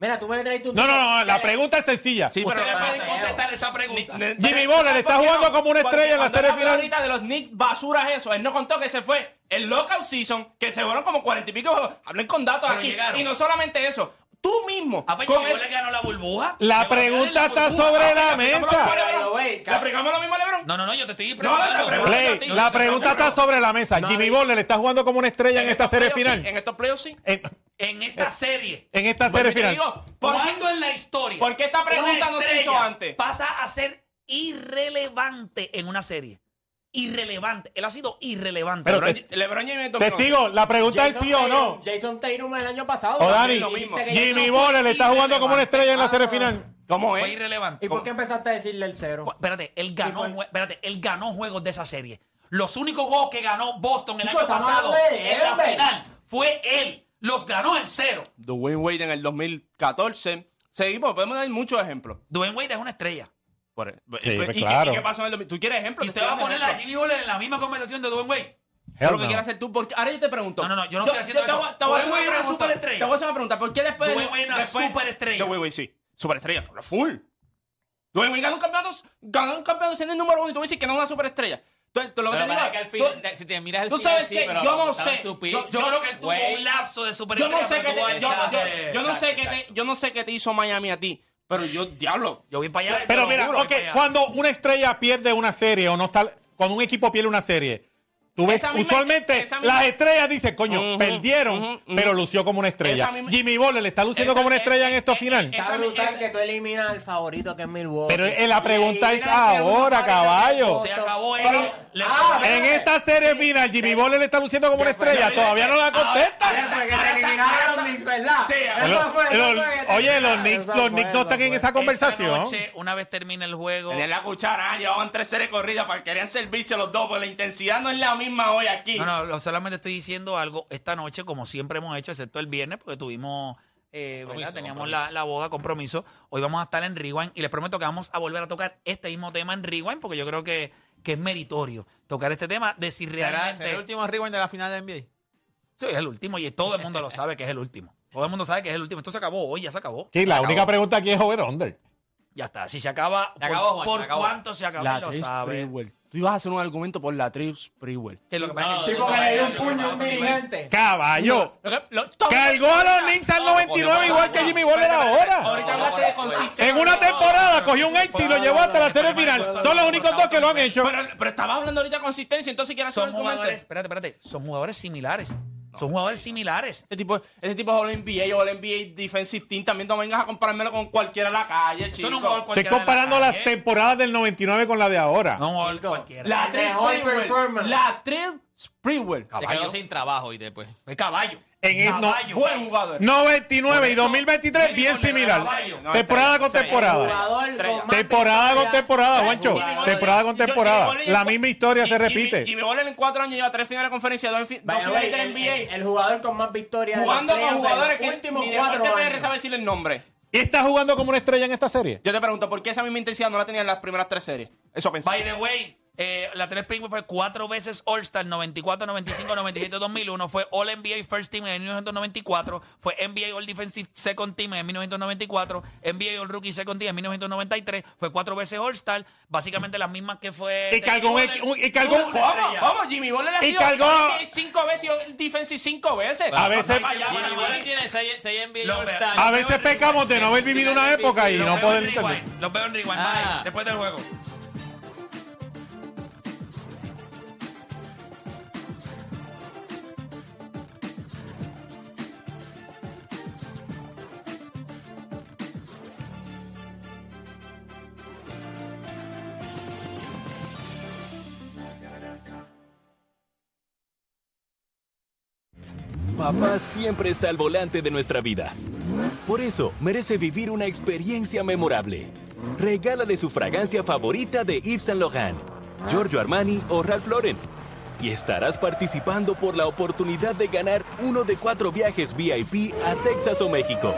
Speaker 3: Mira, tú me traes tu.
Speaker 5: No, no, no, la pregunta es sencilla.
Speaker 4: Sí, pero-
Speaker 1: Ustedes pueden
Speaker 3: pero-
Speaker 1: contestar esa pregunta.
Speaker 4: Ne-
Speaker 5: Jimmy
Speaker 4: ¿sabes
Speaker 5: Butler
Speaker 4: por
Speaker 5: está
Speaker 4: qué
Speaker 5: jugando como una
Speaker 4: Porque
Speaker 5: estrella en la
Speaker 4: cuando
Speaker 5: serie
Speaker 4: él habló
Speaker 5: final.
Speaker 4: ahorita de los Knicks basuras eso. Él no contó que se fue el lockout season, que se fueron como cuarenta y pico juegos. Hablen con datos
Speaker 1: Pero
Speaker 4: aquí.
Speaker 1: llegaron.
Speaker 4: Y no solamente eso. Tú mismo.
Speaker 1: Ah, pues,
Speaker 4: con
Speaker 1: ¿cómo
Speaker 4: el-
Speaker 1: le ganó la burbuja?
Speaker 5: La
Speaker 1: ¿Le ganó
Speaker 5: pregunta
Speaker 1: la
Speaker 5: está
Speaker 1: burbuja?
Speaker 5: sobre la
Speaker 4: Aplicamos lo mismo a
Speaker 5: mesa.
Speaker 4: LeBron.
Speaker 3: Pero, güey,
Speaker 4: ¿Le aplicamos lo mismo a LeBron?
Speaker 1: No, no, no, yo te estoy
Speaker 4: No, no, te
Speaker 1: preguntando.
Speaker 4: pregunto.
Speaker 5: Play,
Speaker 4: Yo
Speaker 5: la pregunta
Speaker 4: te pregunto.
Speaker 5: está sobre la mesa. Jimmy Butler está jugando como una estrella en esta
Speaker 4: estos
Speaker 5: serie
Speaker 4: playoffs sí,
Speaker 5: final.
Speaker 4: En estos playoffs sí.
Speaker 5: En,
Speaker 1: En esta serie,
Speaker 5: en esta
Speaker 4: Vuelvo
Speaker 5: serie
Speaker 4: y
Speaker 5: final.
Speaker 4: te digo, ¿por qué-
Speaker 1: ¿cuándo en la historia?
Speaker 4: ¿Por qué esta
Speaker 1: una
Speaker 4: pregunta no se
Speaker 1: estrella
Speaker 4: hizo antes?
Speaker 1: Pasa a ser irrelevante en una serie. Irrelevante. Él ha sido irrelevante.
Speaker 5: Pero
Speaker 4: LeBron- LeBron James en 2011.
Speaker 5: Testigo, la pregunta es sí o no.
Speaker 3: Tatum- Jason Tatum el año pasado.
Speaker 5: O Dani,
Speaker 4: lo mismo.
Speaker 3: Dijiste que
Speaker 5: Jimmy
Speaker 3: Jason-
Speaker 5: Butler está jugando
Speaker 1: irrelevante.
Speaker 5: como una estrella en la serie
Speaker 3: Ah.
Speaker 5: final.
Speaker 4: ¿Cómo
Speaker 1: fue
Speaker 4: es?
Speaker 1: irrelevante.
Speaker 3: ¿Y por qué empezaste a decirle el cero?
Speaker 1: Cu- Espérate, él ganó,
Speaker 4: cuál?
Speaker 1: jue- espérate, él ganó juegos de esa serie. Los únicos juegos que ganó Boston el
Speaker 3: Chico,
Speaker 1: año
Speaker 3: estamos
Speaker 1: pasado
Speaker 3: hablando de
Speaker 1: en la
Speaker 3: Denver.
Speaker 1: final fue él. Los ganó el cero.
Speaker 4: Dwayne Wade en el 2014. Seguimos, podemos dar muchos ejemplos.
Speaker 1: Dwayne Wade es una estrella.
Speaker 4: Por- e- y-
Speaker 5: pues,
Speaker 4: ¿y qué-
Speaker 5: claro.
Speaker 4: ¿Y qué pasó en el 2000? ¿Tú quieres ejemplos?
Speaker 1: Y
Speaker 4: Te
Speaker 1: usted va a
Speaker 4: estoy dando
Speaker 1: poner a
Speaker 4: ejemplos.
Speaker 1: Jimmy Butler en la misma conversación de Dwayne Wade.
Speaker 4: Yo
Speaker 5: Hell
Speaker 4: lo que
Speaker 5: no.
Speaker 4: quieres hacer tú. Porque, ahora yo te pregunto.
Speaker 1: No, no, no, yo no estoy haciendo
Speaker 4: te
Speaker 1: eso.
Speaker 4: voy a- Te voy a
Speaker 1: Dwayne
Speaker 4: hacer una
Speaker 1: Wade es una
Speaker 4: pregunta.
Speaker 1: superestrella.
Speaker 4: Te voy a hacer una pregunta. ¿Por qué después
Speaker 1: Dwayne Wade es una
Speaker 4: después-
Speaker 1: superestrella.
Speaker 4: Dwayne Wade, sí. Superestrella. pero Full. Dwayne Wade ganó un campeonato, ganó un campeonato siendo el número uno y tú me dices que no es una superestrella. Entonces, tú lo que
Speaker 2: Pero
Speaker 4: te digo
Speaker 2: para que al
Speaker 4: tú-
Speaker 2: final, si te- si te miras el
Speaker 4: tú
Speaker 2: final,
Speaker 4: sabes
Speaker 2: sí,
Speaker 4: que
Speaker 2: pero
Speaker 4: yo no
Speaker 2: estaba en
Speaker 4: sé.
Speaker 2: su peak.
Speaker 4: Yo-
Speaker 1: Yo creo que él tuvo
Speaker 2: Wade-
Speaker 1: un lapso de
Speaker 4: Yo
Speaker 1: superestrella.
Speaker 4: no sé
Speaker 1: pero
Speaker 4: qué
Speaker 1: tuvo
Speaker 4: te,
Speaker 1: el
Speaker 4: yo,
Speaker 1: lapso
Speaker 4: yo-
Speaker 1: de-
Speaker 4: yo no sé
Speaker 2: Exacto,
Speaker 4: qué te,
Speaker 2: exacto.
Speaker 4: yo no sé qué te hizo Miami a ti, pero yo, diablo.
Speaker 1: Yo voy para allá. te
Speaker 5: Pero
Speaker 1: lo
Speaker 5: mira,
Speaker 1: juro, voy
Speaker 5: ok,
Speaker 1: para allá.
Speaker 5: cuando una estrella pierde una serie o no está. Cuando un equipo pierde una serie, tú ves,
Speaker 4: Esa misma-
Speaker 5: usualmente
Speaker 4: esa misma-
Speaker 5: las estrellas dicen, coño,
Speaker 4: Ujú,
Speaker 5: perdieron,
Speaker 4: ujú, ujú.
Speaker 5: pero lució como una estrella.
Speaker 4: Esa misma-
Speaker 5: Jimmy Butler le está luciendo
Speaker 4: Esa-
Speaker 5: como una estrella
Speaker 4: eh,
Speaker 5: en estos
Speaker 4: eh,
Speaker 5: final.
Speaker 4: eh,
Speaker 3: Está
Speaker 4: esa-
Speaker 3: brutal
Speaker 4: esa-
Speaker 3: que tú eliminas al favorito que es Milwaukee.
Speaker 5: Pero, eh, la pregunta es
Speaker 3: Y eliminas al segundo favorito,
Speaker 5: ahora,
Speaker 3: que es
Speaker 5: caballo.
Speaker 3: Boston.
Speaker 1: se acabó él.
Speaker 3: Pero-
Speaker 1: Le-
Speaker 3: Ah,
Speaker 1: le-
Speaker 5: en esta serie final, Jimmy Butler le está luciendo como una
Speaker 3: fue,
Speaker 5: estrella.
Speaker 3: ya, ya,
Speaker 5: Todavía no la contesta.
Speaker 3: Eso fue que te eliminaron los Knicks, ¿verdad?
Speaker 4: Sí,
Speaker 3: Eso
Speaker 5: Pero-
Speaker 3: fue, eso
Speaker 5: los-
Speaker 3: fue que te
Speaker 5: oye, los
Speaker 3: eliminaron.
Speaker 5: Knicks,
Speaker 3: Eso
Speaker 5: los
Speaker 3: fue,
Speaker 5: Knicks no
Speaker 3: eso
Speaker 5: están en
Speaker 3: fue.
Speaker 5: esa
Speaker 1: Esta
Speaker 5: conversación.
Speaker 1: noche, una vez termine el juego,
Speaker 4: Tenían la cuchara, ah, llevaban tres series corridas para querían servirse los dos, pero la intensidad no es la misma hoy aquí.
Speaker 1: No, no, lo- solamente estoy diciendo algo esta noche, como siempre hemos hecho, excepto el viernes, porque tuvimos, eh, ¿verdad?
Speaker 2: Compromiso,
Speaker 1: teníamos
Speaker 2: compromiso.
Speaker 1: la, la boda, compromiso. Hoy vamos a estar en Rewind y les prometo que vamos a volver a tocar este mismo tema en Rewind, porque yo creo que, que es meritorio tocar este tema de si
Speaker 2: ¿Será
Speaker 1: realmente...
Speaker 2: será el último rewind de la final de NBA?
Speaker 1: Sí, es el último y todo el mundo lo sabe que es el último. Todo el mundo sabe que es el último. Esto se acabó hoy, ya se acabó.
Speaker 5: Sí, la única pregunta aquí es over-under.
Speaker 1: Ya está. Si se acaba,
Speaker 2: Se acabó,
Speaker 1: ¿por,
Speaker 2: Juan,
Speaker 1: por
Speaker 2: se acabó.
Speaker 1: cuánto se acaba?
Speaker 4: La
Speaker 1: Él lo
Speaker 4: Trips
Speaker 1: sabe.
Speaker 4: Prewell. Tú ibas a hacer un argumento por la Trips Prewell.
Speaker 1: Que lo que
Speaker 2: No,
Speaker 1: pasa es que-
Speaker 3: Tipo que le dio un puño a un dirigente.
Speaker 5: Caballo.
Speaker 4: Lo que- lo- todo-
Speaker 5: Cargó a los Knicks al 99 igual que Jimmy Butler ahora.
Speaker 3: Ahorita hablaste de consistencia.
Speaker 5: En una temporada cogió un ex y lo llevó hasta la serie final. Son los únicos dos que lo han hecho.
Speaker 4: Pero, pero estaba hablando ahorita de consistencia, entonces quiero hacer un
Speaker 1: son
Speaker 4: argumento.
Speaker 1: jugadores, espérate, espérate, son jugadores similares. son jugadores similares.
Speaker 4: Este tipo, ese tipo es All-NBA o All-NBA Defensive Team. También no vengas a comparármelo con cualquiera en la calle,
Speaker 1: Eso
Speaker 4: chico.
Speaker 1: no es un jugador
Speaker 5: Estoy
Speaker 1: cualquiera de la
Speaker 5: comparando las
Speaker 1: calle.
Speaker 5: temporadas del 99 con la de ahora.
Speaker 1: No es un jugador cualquiera.
Speaker 4: La Trips
Speaker 3: mejor
Speaker 4: Prewell.
Speaker 3: performance.
Speaker 4: La Trips Prewell.
Speaker 2: Se quedó sin trabajo y después.
Speaker 1: Es caballo.
Speaker 5: En el- no-
Speaker 1: caballo.
Speaker 4: Buen jugador.
Speaker 5: 99 y
Speaker 4: Por eso,
Speaker 5: 2023 bien
Speaker 4: Jimmy Butler,
Speaker 5: similar.
Speaker 4: caballo. No,
Speaker 5: Temporada
Speaker 4: estrella,
Speaker 5: con
Speaker 4: estrella.
Speaker 5: temporada.
Speaker 3: Jugador con
Speaker 4: Estrella.
Speaker 3: más
Speaker 5: Temporada con temporada, Juancho.
Speaker 3: jugador.
Speaker 5: Temporada con
Speaker 4: Yo-
Speaker 5: temporada.
Speaker 4: Jimmy Butler-
Speaker 5: La misma historia se
Speaker 4: Jimmy-
Speaker 5: repite.
Speaker 4: Jimmy Butler en cuatro años lleva tres finales de conferencia, dos, en fi- dos
Speaker 3: Vaya,
Speaker 4: finales
Speaker 3: el,
Speaker 4: de
Speaker 3: el,
Speaker 4: NBA.
Speaker 3: el, jugador con más victorias. de
Speaker 4: jugando
Speaker 3: playoffs
Speaker 4: con
Speaker 3: de
Speaker 4: jugadores que
Speaker 3: los últimos
Speaker 4: ni de
Speaker 3: cuatro
Speaker 4: parte PR
Speaker 3: años.
Speaker 4: sabe decirle el nombre.
Speaker 5: ¿Y está jugando como una estrella en esta serie?
Speaker 4: Yo te pregunto, ¿por qué esa misma intensidad no la tenía en las primeras tres series? Eso pensé.
Speaker 1: By the way, eh, la 3 Penguin fue cuatro veces All-Star, 94, 95, 97, 2001. Fue All-NBA First Team en 1994. Fue NBA All-Defensive Second Team en 1994. NBA All-Rookie Second Team en 1993. Fue cuatro veces All-Star. Básicamente las mismas que fue...
Speaker 5: Y cargó un equi- un- y cargó un-
Speaker 4: ¿Cómo? ¿Cómo? Jimmy Butler ha
Speaker 5: Y Ah,
Speaker 4: sido
Speaker 5: cargó-
Speaker 4: NBA cinco veces y el defensive cinco veces.
Speaker 5: A veces-
Speaker 4: Vaya, vaya,
Speaker 2: Jimmy
Speaker 4: vaya.
Speaker 2: Butler tiene 6 NBA
Speaker 1: Lo-
Speaker 2: All-Star.
Speaker 5: A veces pecamos de no haber vivido una época y
Speaker 1: Los
Speaker 5: no
Speaker 1: veo en
Speaker 5: poder entender.
Speaker 1: rewind, Los veo en rewind.
Speaker 2: Ah.
Speaker 1: Bye. Después del juego.
Speaker 6: Papá siempre está al volante de nuestra vida. Por eso merece vivir una experiencia memorable. Regálale su fragancia favorita de Yves Saint Laurent, Giorgio Armani o Ralph Lauren. Y estarás participando por la oportunidad de ganar uno de cuatro viajes VIP a Texas o México.